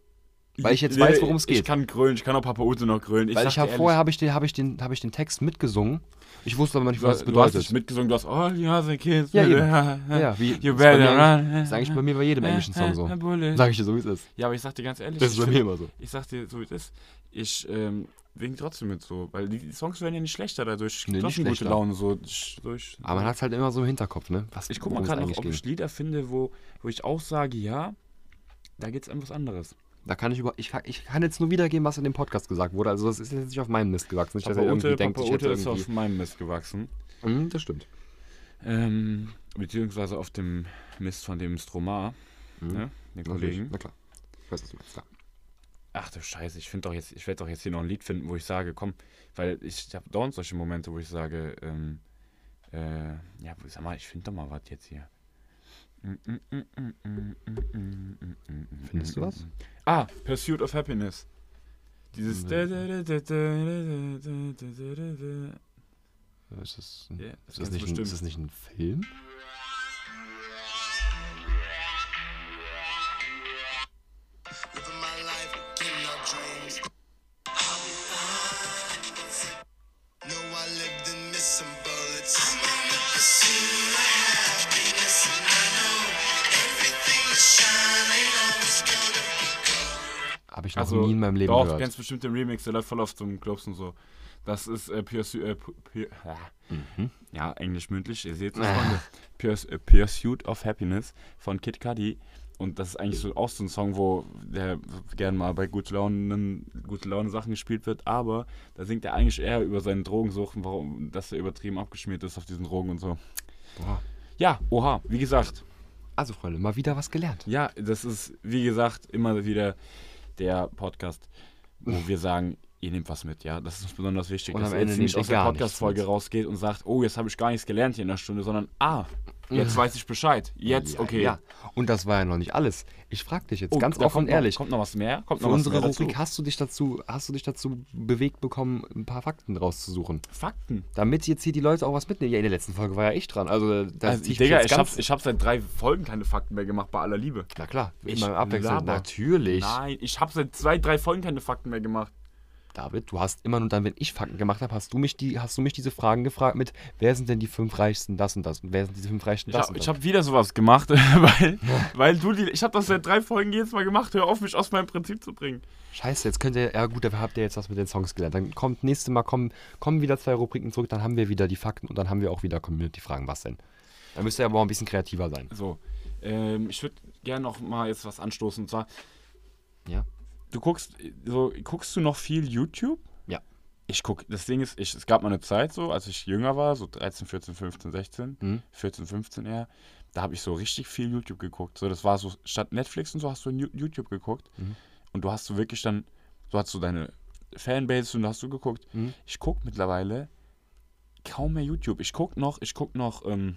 S2: Weil ich jetzt weiß, worum es
S1: Ich
S2: geht.
S1: kann grölen, ich kann auch Papa Ute noch grölen.
S2: Weil
S1: sag
S2: ich
S1: dir
S2: habe
S1: ehrlich,
S2: vorher habe ich den, habe ich den, habe ich den Text mitgesungen. Ich wusste aber nicht,
S1: du
S2: was
S1: hast,
S2: das
S1: du hast nicht
S2: bedeutet.
S1: mitgesungen, du hast all the other kids.
S2: Ja, eben.
S1: ja,
S2: wie,
S1: You
S2: ist bei
S1: better
S2: mir eigentlich-
S1: run.
S2: ist eigentlich bei mir bei jedem englischen Song
S1: *laughs*
S2: so. Sag ich dir so, wie es ist.
S1: Ja, aber ich sag dir ganz ehrlich,
S2: Das ist
S1: ich
S2: bei mir immer so.
S1: Ich sag dir, so wie es ist. Ich ähm, wegen trotzdem mit so, weil die die Songs werden ja nicht schlechter dadurch.
S2: Nee, nicht
S1: trotzdem gute
S2: schlechter.
S1: Laune so. Ich, so ich,
S2: Aber man hat es halt immer so im Hinterkopf, ne? Was,
S1: ich guck mal
S2: worum es
S1: gerade noch,
S2: eigentlich
S1: ob ich
S2: ging.
S1: Lieder finde, wo, wo ich auch sage, ja, da geht's um was anderes.
S2: Da kann ich über, ich, kann- ich kann jetzt nur wiedergeben, was in dem Podcast gesagt wurde. Also das ist jetzt nicht auf meinem Mist gewachsen. Nicht, dass er irgendwie denkt, ich hätte
S1: ist auf
S2: irgendwie.
S1: meinem Mist gewachsen.
S2: Mhm, das stimmt.
S1: Ähm, beziehungsweise auf dem Mist von dem Stromar,
S2: Mhm.
S1: ne, den Kollegen.
S2: Na klar. Ich weiß, was du meinst. Klar.
S1: Ach du Scheiße, ich finde doch jetzt, ich werde doch jetzt hier noch ein Lied finden, wo ich sage, komm, weil ich habe dauernd solche Momente, wo ich sage, ähm, äh, ja, sag mal, ich finde doch mal was jetzt hier. Mhm,
S2: Findest du was?
S1: Ah, Pursuit of Happiness.
S2: Mhm.
S1: Dieses. da, da, da, da, da, da, da, da, da, da, da.
S2: Ist das,
S1: Ja, das
S2: ist, das
S1: kennst du
S2: nicht ein,
S1: bestimmt.
S2: ist das nicht ein Film?
S4: Living my life, getting our dreams. No, I lived in missing bullets. I'm on the pursuit of happiness, and I know everything is shining. Always gonna be
S2: Habe ich noch nie in meinem Leben
S1: Also, doch,
S2: gehört.
S1: ganz bestimmt den Remix, der läuft voll auf zum Clubs und so. Das ist äh, Pursuit, äh, Pu- Pu- ah.
S2: Mhm.
S1: ja, englisch mündlich, ihr
S2: Ah.
S1: seht es, Freunde. Purs, äh, Pursuit of Happiness von Kid Cudi. Und das ist eigentlich so, auch so ein Song, wo der gern mal bei gute Laune, gute Laune Sachen gespielt wird, aber da singt er eigentlich eher über seine Drogensucht und warum, dass er übertrieben abgeschmiert ist auf diesen Drogen und so.
S2: Boah.
S1: Ja, oha, wie gesagt,
S2: Also Freunde, mal wieder was gelernt.
S1: ja, das ist, wie gesagt, immer wieder der Podcast, wo wir sagen, ihr nehmt was mit, ja. Das ist uns besonders wichtig,
S2: Und
S1: dass
S2: am
S1: ihr
S2: Ende
S1: jetzt
S2: nehmt
S1: nicht
S2: ihr
S1: aus der
S2: gar nichts
S1: Podcast-Folge
S2: mit.
S1: rausgeht und sagt, oh, jetzt habe ich gar nichts gelernt hier in der Stunde, sondern, ah, jetzt weiß ich Bescheid. Jetzt,
S2: Ja,
S1: okay.
S2: Ja. Und das war ja noch nicht alles. Ich frage dich jetzt
S1: Oh,
S2: ganz
S1: da
S2: offen
S1: kommt
S2: und ehrlich.
S1: Noch, kommt noch was mehr? Kommt
S2: Für
S1: noch was
S2: unsere
S1: mehr dazu?
S2: Rubrik hast du dich dazu, hast du dich dazu bewegt bekommen, ein paar Fakten rauszusuchen.
S1: Fakten.
S2: Damit jetzt hier die Leute auch was mitnehmen. Ja, in der letzten Folge war ja ich dran. Also, da
S1: Also,
S2: zieh mich
S1: Digga,
S2: jetzt
S1: ich
S2: ganz-
S1: habe ich hab seit drei Folgen keine Fakten mehr gemacht, bei aller Liebe.
S2: Na klar,
S1: Ich
S2: immer abwechselnd.
S1: laber.
S2: Natürlich.
S1: Nein, ich habe seit zwei, drei Folgen keine Fakten mehr gemacht.
S2: David, du hast immer nur dann, wenn ich Fakten gemacht habe, hast du mich die, hast du mich diese Fragen gefragt mit, wer sind denn die fünf reichsten das und das und wer sind diese fünf reichsten
S1: Ich
S2: das
S1: habe
S2: und das.
S1: hab wieder sowas gemacht, *laughs* weil, weil du die. Ich habe das seit drei Folgen jedes Mal gemacht. Hör auf, mich aus meinem Prinzip zu bringen.
S2: Scheiße, jetzt könnt ihr, ja gut, da habt ihr jetzt was mit den Songs gelernt. Dann kommt nächste Mal kommen, kommen wieder zwei Rubriken zurück, dann haben wir wieder die Fakten und dann haben wir auch wieder Community-Fragen, was denn? Dann müsst ihr aber auch ein bisschen kreativer sein.
S1: So, ähm, ich würde gerne noch mal jetzt was anstoßen. Und zwar,
S2: Ja.
S1: du guckst, so, guckst du noch viel YouTube?
S2: Ja.
S1: Ich guck, das Ding ist, ich, es gab mal eine Zeit so, als ich jünger war, so 13, 14, 15, 16,
S2: Mhm.
S1: 14, 15 eher, da habe ich so richtig viel YouTube geguckt. So, das war so, statt Netflix und so hast du Ju- YouTube geguckt.
S2: Mhm.
S1: Und du hast so wirklich dann, so hast du deine Fanbase und da hast du geguckt.
S2: Mhm.
S1: Ich guck mittlerweile kaum mehr YouTube. Ich guck noch, ich guck noch, ähm,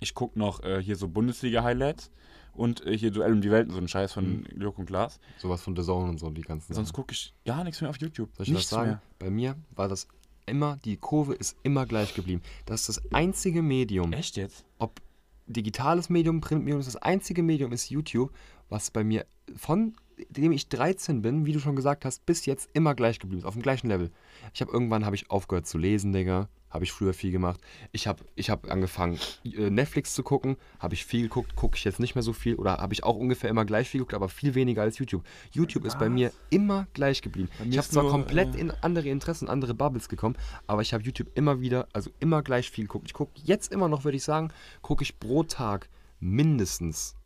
S1: ich guck noch äh, hier so Bundesliga-Highlights und äh, hier Duell um die Welt und so ein Scheiß von
S2: Mhm.
S1: Jörg und Glas.
S2: Sowas von The Zone und so, die ganzen
S1: Sonst
S2: Sachen.
S1: gucke ich gar nichts mehr auf YouTube.
S2: Soll ich was sagen? Bei mir war das immer, die Kurve ist immer gleich geblieben. Das ist das einzige Medium,
S1: Mehr. Echt jetzt?
S2: ob digitales Medium, Printmedium, das ist das einzige Medium ist YouTube, was bei mir von dem ich 13 bin, wie du schon gesagt hast, bis jetzt immer gleich geblieben ist, auf dem gleichen Level. Ich habe irgendwann habe ich aufgehört zu lesen, Digga. Habe ich früher viel gemacht. Ich habe ich hab angefangen, äh, Netflix zu gucken. Habe ich viel geguckt, gucke ich jetzt nicht mehr so viel. Oder habe ich auch ungefähr immer gleich viel geguckt, aber viel weniger als YouTube. YouTube ist bei mir immer gleich geblieben.
S1: mir
S2: Ich habe
S1: ist
S2: zwar
S1: nur,
S2: komplett
S1: äh,
S2: in andere Interessen, andere Bubbles gekommen, aber ich habe YouTube immer wieder, also immer gleich viel geguckt. Ich gucke jetzt immer noch, würde ich sagen, gucke ich pro Tag mindestens,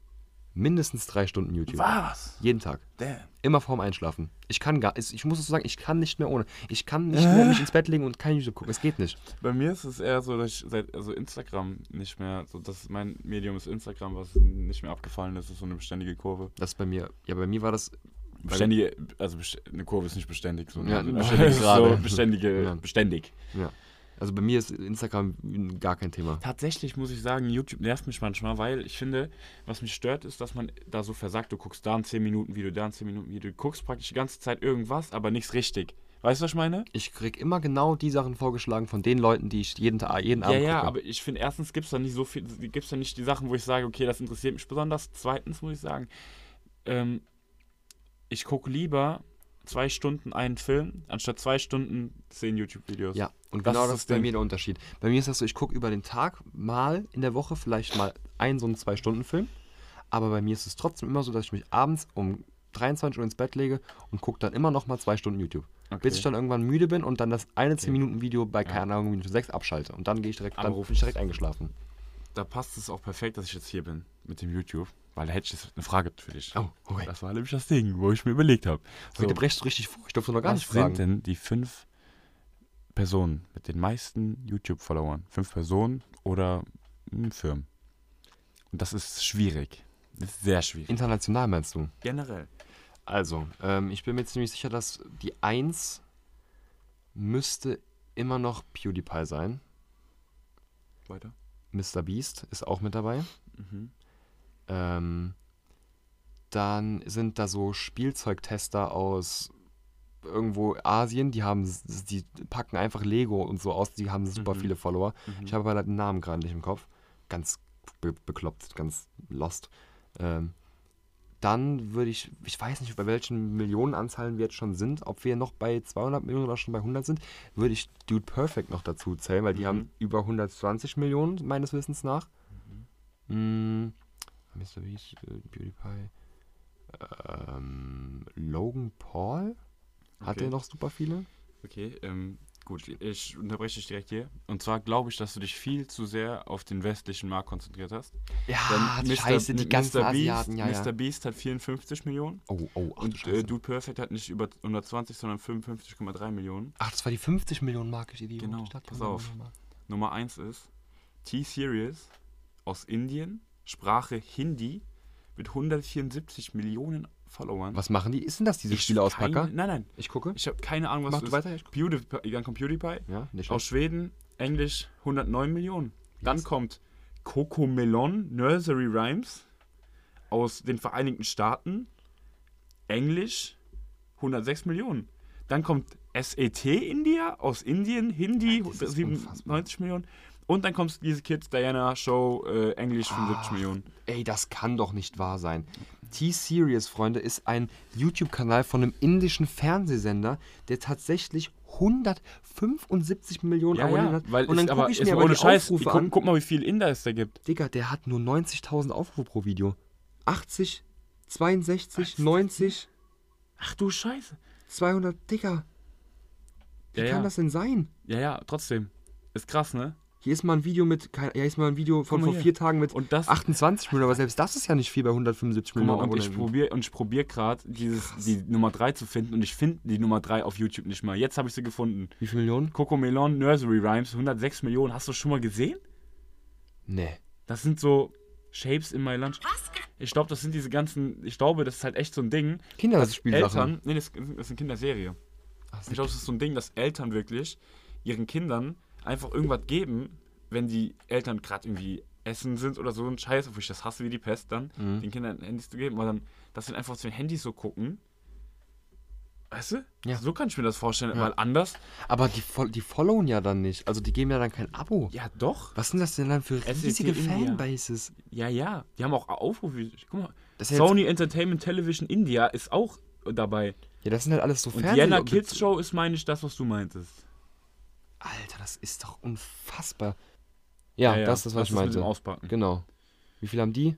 S2: mindestens drei Stunden YouTube.
S1: Was?
S2: Jeden Tag.
S1: Damn.
S2: Immer vorm Einschlafen. Ich kann gar, ich ich muss es so sagen, ich kann nicht mehr ohne. Ich kann nicht mehr mich ins Bett legen und kein YouTube gucken. Es geht nicht.
S1: Bei mir ist es eher so, dass ich seit also Instagram nicht mehr, so dass mein Medium ist Instagram, was nicht mehr abgefallen ist, ist so eine beständige Kurve.
S2: Das bei mir, ja, bei mir war das,
S1: Beständige, also best eine Kurve ist nicht beständig, *laughs* so
S2: Ja,
S1: eine
S2: beständig gerade.
S1: so beständige,
S2: Ja.
S1: beständig.
S2: ja. Also bei mir ist Instagram gar kein Thema.
S1: Tatsächlich muss ich sagen, YouTube nervt mich manchmal, weil ich finde, was mich stört, ist, dass man da so versagt. Du guckst da ein 10 Minuten Video, da ein 10 Minuten Video, du guckst praktisch die ganze Zeit irgendwas, aber nichts richtig. Weißt du, was ich meine?
S2: Ich krieg immer genau die Sachen vorgeschlagen von den Leuten, die ich jeden Tag, jeden
S1: Ja,
S2: Abend
S1: ja,
S2: gucke.
S1: aber ich finde, erstens gibt es da nicht so viel, gibt es da nicht die Sachen, wo ich sage, okay, das interessiert mich besonders. Zweitens muss ich sagen, ähm, ich gucke lieber zwei Stunden einen Film, anstatt zwei Stunden zehn YouTube-Videos.
S2: Ja, und
S1: Das
S2: genau das
S1: ist das
S2: ist bei
S1: Ding.
S2: mir der Unterschied. Bei mir ist das so, ich gucke über den Tag mal in der Woche vielleicht mal einen so einen Zwei-Stunden-Film. Aber bei mir ist es trotzdem immer so, dass ich mich abends um 23 Uhr ins Bett lege und gucke dann immer noch mal zwei Stunden YouTube. Bis ich dann irgendwann müde bin und dann das eine 10-Minuten-Video bei, keine Ahnung, Minute 6 abschalte. Und dann gehe ich direkt, dann
S1: Aber-
S2: bin ich direkt eingeschlafen.
S1: Da passt es auch perfekt, dass ich jetzt hier bin mit dem YouTube, weil da hätte ich jetzt eine Frage für dich.
S2: Oh, okay.
S1: Das war nämlich das Ding, wo ich mir überlegt habe. So,
S2: Heute brechst du richtig vor, ich durfte noch gar
S1: was
S2: nicht fragen.
S1: sind denn die fünf Personen mit den meisten YouTube-Followern? Fünf Personen oder hm, Firmen? Und das ist schwierig. Das ist sehr schwierig.
S2: International meinst du?
S1: Generell.
S2: Also, ähm, ich bin mir ziemlich sicher, dass die 1 müsste immer noch PewDiePie sein.
S1: Weiter.
S2: Mr. Beast ist auch mit dabei. Ähm, dann sind da so Spielzeugtester aus irgendwo Asien, die haben, s- die packen einfach Lego und so aus, die haben super viele Follower. Ich habe aber leider den Namen gerade nicht im Kopf. Ganz be bekloppt, ganz lost. Ähm, dann würde ich, ich weiß nicht, bei welchen Millionenanzahlen wir jetzt schon sind, ob wir noch bei 200 Millionen oder schon bei 100 sind, würde ich Dude Perfect noch dazu zählen, weil die haben über 120 Millionen, meines Wissens nach. Mm, Mr. Beast, äh, PewDiePie, ähm, Logan Paul, hat
S1: Okay.
S2: der noch super viele?
S1: Okay, ähm, gut, ich unterbreche dich direkt hier. Und zwar glaube ich, dass du dich viel zu sehr auf den westlichen Markt konzentriert hast.
S2: Ja,
S1: Mr.
S2: scheiße, Ah, die
S1: Mr.
S2: ganzen
S1: Beast,
S2: Asiaten, ja,
S1: Mr.
S2: ja.
S1: Beast hat 54 Millionen.
S2: Oh, oh, ach, du
S1: und äh,
S2: Scheiße.
S1: Dude Perfect hat nicht über 120, sondern 55,3 Millionen.
S2: ach, das war die 50 Millionen Marke, die
S1: Genau,
S2: ich dachte, die
S1: pass
S2: haben
S1: auf.
S2: wir nochmal.
S1: Nummer 1 ist T-Series aus Indien, Sprache Hindi, mit 174 Millionen Followern.
S2: Was machen die? Ist denn das diese
S1: Ich
S2: Spieleauspacker?
S1: keine- Nein, nein.
S2: Ich gucke.
S1: Ich habe keine Ahnung, was
S2: Mach
S1: das
S2: du weiter, ich guck.
S1: PewDiePie, dann kommt PewDiePie.
S2: Ja, nicht
S1: Aus
S2: schlecht.
S1: Schweden, Englisch 109 Millionen. Dann kommt Coco Melon, Nursery Rhymes aus den Vereinigten Staaten, Englisch 106 Millionen. Dann kommt SET India aus Indien, Hindi
S2: das ist
S1: 97 Millionen. Und dann
S2: Ah.
S1: kommt diese Kids Diana Show, äh, Englisch 75 Millionen.
S2: Ey, das kann doch nicht wahr sein. T-Series, Freunde, ist ein YouTube-Kanal von einem indischen Fernsehsender, der tatsächlich 175 Millionen
S1: Ja,
S2: Abonnenten
S1: ja,
S2: hat.
S1: weil
S2: und dann
S1: ist, aber,
S2: gucke ich
S1: ist
S2: mir aber
S1: ohne
S2: die
S1: Scheiß.
S2: Aufrufe
S1: guck,
S2: an.
S1: guck mal, wie viel Inder es da gibt.
S2: Digga, der hat nur 90.000 Aufrufe pro Video. 80, 62, 90,
S1: Ach du Scheiße.
S2: 200. Digga, wie
S1: Ja,
S2: kann
S1: ja.
S2: das denn sein?
S1: ja, ja, trotzdem. Ist krass, ne?
S2: Hier ist mal ein Video mit, kein- ja, hier ist mal ein Video von
S1: mal
S2: vor
S1: hier.
S2: vier Tagen mit
S1: Und das-
S2: 28 Millionen, aber selbst das ist ja nicht viel bei 175
S1: Guck mal,
S2: Millionen
S1: und ich
S2: Abonnenten.
S1: probiere und ich probiere gerade dieses die Nummer 3 zu finden und ich finde die Nummer 3 auf YouTube nicht mal. Jetzt habe ich sie gefunden.
S2: Wie viele Millionen?
S1: Cocomelon Nursery Rhymes 106 Millionen. Hast du schon mal gesehen?
S2: Nee.
S1: Das sind so Shapes in my lunch. Ich glaube, das sind diese ganzen. Ich glaube, das ist halt echt so ein Ding.
S2: Kinderspielsachen.
S1: Also Eltern. Nee, das das ist eine Kinderserie.
S2: Ach,
S1: Ich glaube, das ist so ein Ding, dass Eltern wirklich ihren Kindern einfach irgendwas geben, wenn die Eltern gerade irgendwie essen sind oder so ein Scheiß, obwohl ich das hasse wie die Pest dann,
S2: Mhm.
S1: den Kindern Handys zu geben, aber dann, dass sie einfach zu den Handys so gucken. Weißt du?
S2: Ja.
S1: So kann ich mir das vorstellen, weil anders.
S2: Aber die, fol- die followen ja dann nicht. Also die geben ja dann kein Abo.
S1: Ja, doch.
S2: Was sind das denn dann für
S1: SET
S2: riesige
S1: India.
S2: Fanbases?
S1: Ja, ja. Die haben auch Aufrufe. Guck mal.
S2: Das ist ja jetzt-
S1: Sony Entertainment Television India ist auch dabei.
S2: Ja, das sind halt alles so
S1: Und
S2: Fernseh-
S1: Diana Kids Show ist, meine ich, das, was du meintest.
S2: Alter, das ist doch unfassbar. Ja,
S1: Ja, ja,
S2: das ist, was
S1: das
S2: ich
S1: ist mit
S2: meinte.
S1: dem Auspacken.
S2: Genau. Wie viel haben die?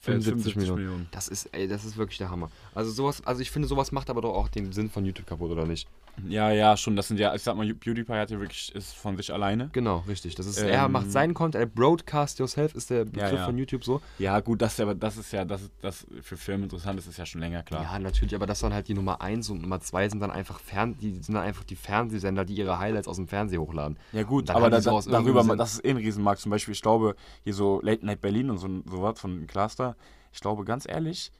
S2: 75,
S1: 75
S2: Millionen.
S1: Millionen.
S2: Das ist, ey, das ist wirklich der Hammer. Also sowas, also ich finde, sowas macht aber doch auch den Sinn von YouTube kaputt, oder nicht?
S1: Ja, ja, schon. Das sind ja, ich sag mal, PewDiePie hat ja wirklich, ist von sich alleine.
S2: Genau, richtig. Das ist, er
S1: Ähm,
S2: macht seinen Content, er broadcast yourself, ist der Begriff
S1: ja.
S2: von YouTube so.
S1: Ja, gut, das ist ja, aber das ist ja, das ist das für Firmen interessant ist, ist ja schon länger klar.
S2: Ja, natürlich, aber das dann halt die Nummer 1 und Nummer 2 sind dann einfach Fern die sind dann einfach die Fernsehsender, die ihre Highlights aus dem Fernsehen hochladen.
S1: Ja
S2: Und
S1: gut,
S2: dann
S1: aber
S2: haben die
S1: da, da,
S2: sowas irgendwie
S1: darüber,
S2: Sinn.
S1: das ist eh ein Riesenmarkt. Zum Beispiel, ich glaube, hier so Late Night Berlin und so, so was von Cluster, ich glaube, ganz ehrlich,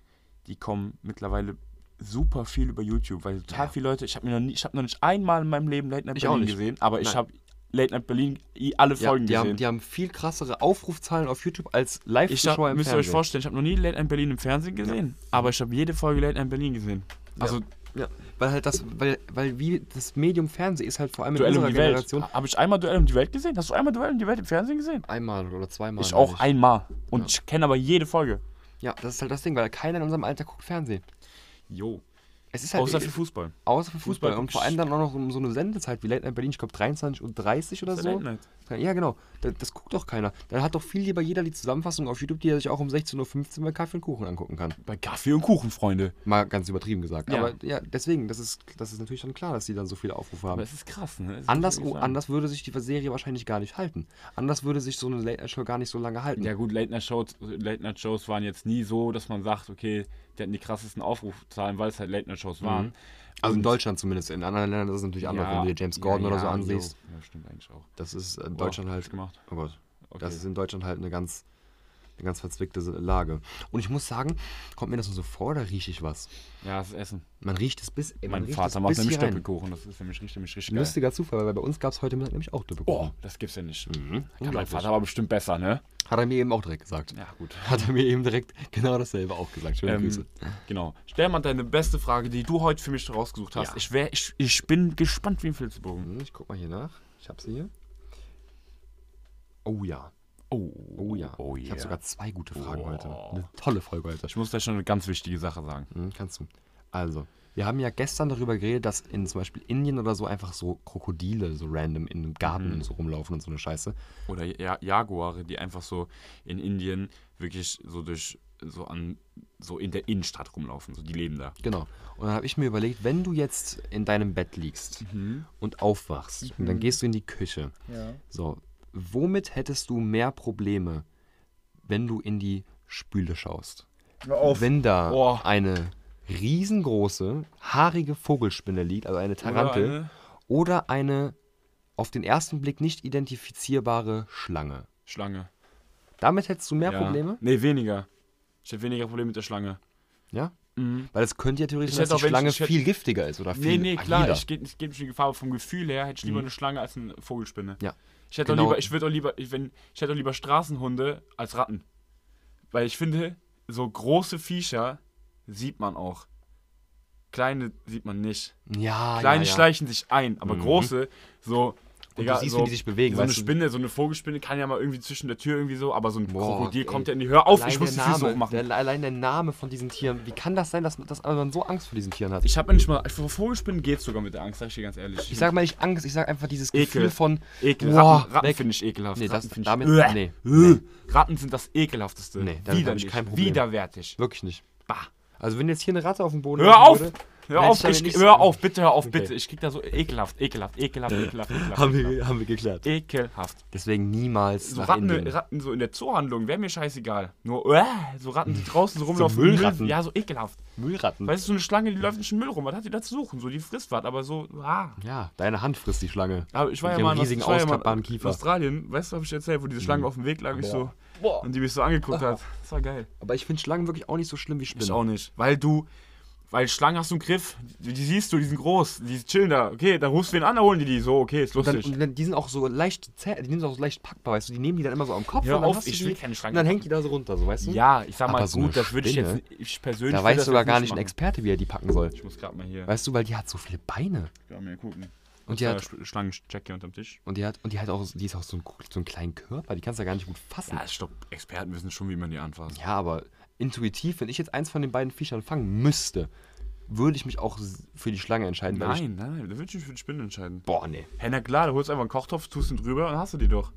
S1: die kommen mittlerweile super viel über YouTube, weil total viele Leute, ich habe mir noch nie, ich habe noch nicht einmal in meinem Leben Late Night
S2: Ich auch
S1: Berlin
S2: nicht.
S1: gesehen, aber ich
S2: Nein.
S1: habe Late Night Berlin i- alle
S2: Ja,
S1: Folgen
S2: die, haben,
S1: gesehen.
S2: die haben viel krassere Aufrufzahlen auf YouTube als live
S1: ich hab,
S2: zuschauer im
S1: müsst ihr euch
S2: Fernsehen.
S1: vorstellen, ich habe noch nie Late Night Berlin im Fernsehen gesehen, aber ich habe jede Folge Late Night Berlin gesehen. Also
S2: Ja, weil halt das, weil, weil wie das Medium Fernsehen ist halt vor allem in
S1: Duell um
S2: unserer
S1: die
S2: Generation
S1: Welt. Habe ich einmal Duell um die Welt gesehen? Hast du einmal Duell um die Welt im Fernsehen gesehen?
S2: einmal oder zweimal.
S1: ich auch
S2: meine
S1: einmal. Und ich kenne aber jede Folge.
S2: Ja, das ist halt das Ding, weil keiner in unserem Alter guckt Fernsehen.
S1: Jo.
S2: Es ist halt
S1: Außer für Fußball.
S2: außer für Fußball,
S1: Fußball
S2: und vor allem dann auch noch um so eine Sendezeit wie Late Night Berlin, ich glaube 23 und 30 oder
S1: Das
S2: so.
S1: ist ja Late
S2: Ja, genau. Das, das guckt doch keiner. Dann hat doch viel lieber jeder die Zusammenfassung auf YouTube, die er sich auch um 16.15 Uhr bei Kaffee und Kuchen angucken kann.
S1: Bei Kaffee und Kuchen, Freunde.
S2: Mal ganz übertrieben gesagt.
S1: Ja.
S2: Aber ja, deswegen, das ist, das ist natürlich dann klar, dass die dann so viele Aufrufe haben.
S1: Aber es ist krass, ne? Es
S2: Anders,
S1: muss ich
S2: oh,
S1: sagen.
S2: anders würde sich die Serie wahrscheinlich gar nicht halten. Anders würde sich so eine Late Night Show gar nicht so lange halten.
S1: Ja gut, Late Night, Shows, Late Night Shows waren jetzt nie so, dass man sagt, okay, die hatten die krassesten Aufrufzahlen, weil es halt Late Night Shows waren.
S2: also in Deutschland zumindest. In anderen Ländern ist es natürlich anders, wenn du dir James Gordon
S1: ja, also
S2: oder so
S1: ja,
S2: ansiehst.
S1: jo. Ja, stimmt eigentlich auch.
S2: Das ist in Deutschland
S1: hab
S2: halt.
S1: ich gemacht.
S2: Oh Gott. Das
S1: Okay.
S2: ist in Deutschland halt eine ganz, eine ganz verzwickte Lage. Und ich muss sagen, kommt mir das nur so vor, da rieche ich was.
S1: Ja, das Essen.
S2: Man riecht es bis. ey, man
S1: Mein
S2: riecht
S1: Vater
S2: es
S1: macht
S2: bis
S1: nämlich
S2: hier rein.
S1: Doppelkuchen. Das ist nämlich richtig, nämlich richtig geil.
S2: Lustiger Zufall, weil bei uns gab es heute Mittag nämlich auch Doppelkuchen.
S1: Oh, das gibt's ja nicht. Kann mein
S2: Mhm, unglaublich.
S1: Vater aber bestimmt besser, ne?
S2: Hat er mir eben auch direkt gesagt.
S1: Ja, gut.
S2: *laughs* Hat er mir eben direkt genau dasselbe auch gesagt. Schöne Grüße.
S1: Ähm, genau. Stell mal deine beste Frage, die du heute für mich rausgesucht hast.
S2: Ja.
S1: Ich, wär, ich, ich bin gespannt wie ein Filzbogen.
S2: Hm, Ich guck mal hier nach. Ich hab sie hier. Oh ja.
S1: Oh,
S2: Oh ja.
S1: Oh
S2: Ich habe
S1: yeah.
S2: sogar zwei gute Fragen
S1: Oh.
S2: heute. Eine tolle Folge heute.
S1: Ich muss da schon eine ganz wichtige Sache sagen.
S2: Hm, kannst du. Also, wir haben ja gestern darüber geredet, dass in zum Beispiel Indien oder so einfach so Krokodile so random in einem Garten und so rumlaufen und so eine Scheiße.
S1: Oder ja Jaguare, die einfach so in Indien wirklich so durch so an so in der Innenstadt rumlaufen. So, die leben da.
S2: Genau. Und dann habe ich mir überlegt, wenn du jetzt in deinem Bett liegst
S1: Mhm.
S2: und aufwachst und dann gehst du in die Küche. So, womit hättest du mehr Probleme, wenn du in die Spüle schaust? Wenn da
S1: Oh.
S2: eine riesengroße, haarige Vogelspinne liegt, also eine Tarantel, oder eine,
S1: eine-
S2: auf den ersten Blick nicht identifizierbare Schlange.
S1: Schlange.
S2: Damit hättest du mehr
S1: Ja.
S2: Probleme,
S1: Nee, weniger. Ich hätte weniger Probleme mit der Schlange.
S2: ja? Weil es könnte ja theoretisch
S1: Mhm. Ich
S2: sein,
S1: hätte
S2: dass
S1: auch,
S2: die
S1: wenn ich-
S2: Schlange
S1: ich hätte-
S2: viel giftiger ist oder
S1: Nee,
S2: viel
S1: nee, klar.
S2: agiler. Mhm.
S1: Ich gebe geb nicht die Gefahr, aber vom Gefühl her hätte ich lieber eine Schlange als eine Vogelspinne.
S2: Ja.
S1: Ich hätte
S2: Genau.
S1: auch lieber, ich würde auch lieber, ich, wenn, ich hätte auch lieber Straßenhunde als Ratten. Weil ich finde, so große Viecher sieht man auch. Kleine sieht man nicht.
S2: Ja,
S1: Kleine
S2: Ah, ja, ja.
S1: schleichen sich ein, aber große, so,
S2: Und
S1: Digga,
S2: du siehst,
S1: so-
S2: wie die sich bewegen.
S1: So eine
S2: weißt du?
S1: Spinne, so eine Vogelspinne kann ja mal irgendwie zwischen der Tür irgendwie so, aber so ein
S2: Boah,
S1: Krokodil
S2: ey.
S1: kommt ja in die Hör auf,
S2: Allein
S1: ich muss die
S2: der
S1: Füße
S2: Name,
S1: hochmachen.
S2: Der, allein der Name von diesen Tieren. Wie kann das sein, dass, dass man so Angst vor diesen Tieren hat? Ich,
S1: Ich habe nicht mal. Vor Vogelspinnen geht sogar mit der Angst, sag ich dir ganz ehrlich.
S2: sag mal nicht Angst, ich sag einfach dieses
S1: Ekel.
S2: Gefühl von.
S1: Ekel.
S2: Boah,
S1: Ratten, Ratten
S2: weg.
S1: finde ich ekelhaft.
S2: Nee, das-
S1: Ratten find
S2: damit-
S1: ich,
S2: nee,
S1: Äh, Ratten sind das ekelhafteste.
S2: Nee, damit hab ich
S1: Widerlich.
S2: kein Problem.
S1: Widerwärtig.
S2: Wirklich nicht.
S1: Bah.
S2: Also, wenn jetzt hier eine Ratte auf dem Boden.
S1: Hör
S2: liegen
S1: auf!
S2: würde-
S1: Hör
S2: Mensch,
S1: auf,
S2: damit
S1: ich,
S2: nichts-
S1: hör auf, bitte hör auf,
S2: Okay.
S1: bitte. Ich krieg da so ekelhaft, ekelhaft, ekelhaft, ekelhaft, ekelhaft.
S2: Haben
S1: ekelhaft.
S2: wir, haben wir geklärt.
S1: Ekelhaft.
S2: Deswegen niemals.
S1: So
S2: nach
S1: Ratten,
S2: Indien.
S1: Ratten so in der Zoohandlung, wäre mir scheißegal. Nur äh, so Ratten, die draußen so rumlaufen.
S2: Müllratten.
S1: Müll- Ja, so ekelhaft.
S2: Müllratten.
S1: Weißt du, so eine Schlange, die läuft in den Müll rum. Was hat die da zu suchen? So, die frisst was, aber so, ah.
S2: Ja, deine Hand frisst die Schlange.
S1: Aber ich war
S2: Mit
S1: ja
S2: ihrem
S1: mal in,
S2: riesigen,
S1: ich war ja mal
S2: auskappbaren
S1: in
S2: Kiefer. Hm.
S1: Australien. Weißt du, hab ich erzählt, wo diese Schlange auf dem Weg lag ich so,
S2: Boah.
S1: und die mich so angeguckt hat. Das war geil.
S2: Aber ich finde Schlangen wirklich auch nicht so schlimm wie Spinnen.
S1: Ich auch nicht. Weil du, weil Schlangen hast du im Griff. Die, die siehst du, die sind groß. Die chillen da. Okay, dann rufst du wen an, dann holen die die. So, okay, ist
S2: Und, dann,
S1: lustig.
S2: und dann, die sind auch so leicht zäh, die sind auch so leicht packbar, weißt du, die nehmen die dann immer so am Kopf
S1: Hör
S2: und dann
S1: auf,
S2: hast du
S1: ich
S2: die,
S1: will keine Schlange.
S2: und dann hängt die da so runter, so weißt du?
S1: ja, ich sag mal,
S2: Aber so
S1: gut,
S2: eine
S1: das würde ich jetzt
S2: Spinne,
S1: nicht- ich persönlich
S2: Da
S1: würd
S2: weiß
S1: das
S2: sogar
S1: jetzt
S2: gar nicht ein
S1: machen.
S2: Experte, wie er die packen soll.
S1: Ich muss gerade mal hier,
S2: Weißt du, weil die hat so viele Beine
S1: grad mal hier gucken.
S2: und die
S1: Ja,
S2: hat
S1: Sch- Schlangencheck hier unterm Tisch.
S2: und die hat und die hat auch die ist auch so ein so einen kleinen Körper, die kannst du ja gar nicht gut fassen.
S1: Ja, stopp. Experten wissen schon, wie man die anfasst.
S2: Ja, aber intuitiv, wenn ich jetzt eins von den beiden Viechern fangen müsste, würde ich mich auch s- für die Schlange entscheiden, weil ich
S1: Nein, nein, da würde ich mich für die Spinne entscheiden.
S2: boah, nee.
S1: Hä, na klar, du holst einfach einen Kochtopf, tust ihn drüber und hast du die doch.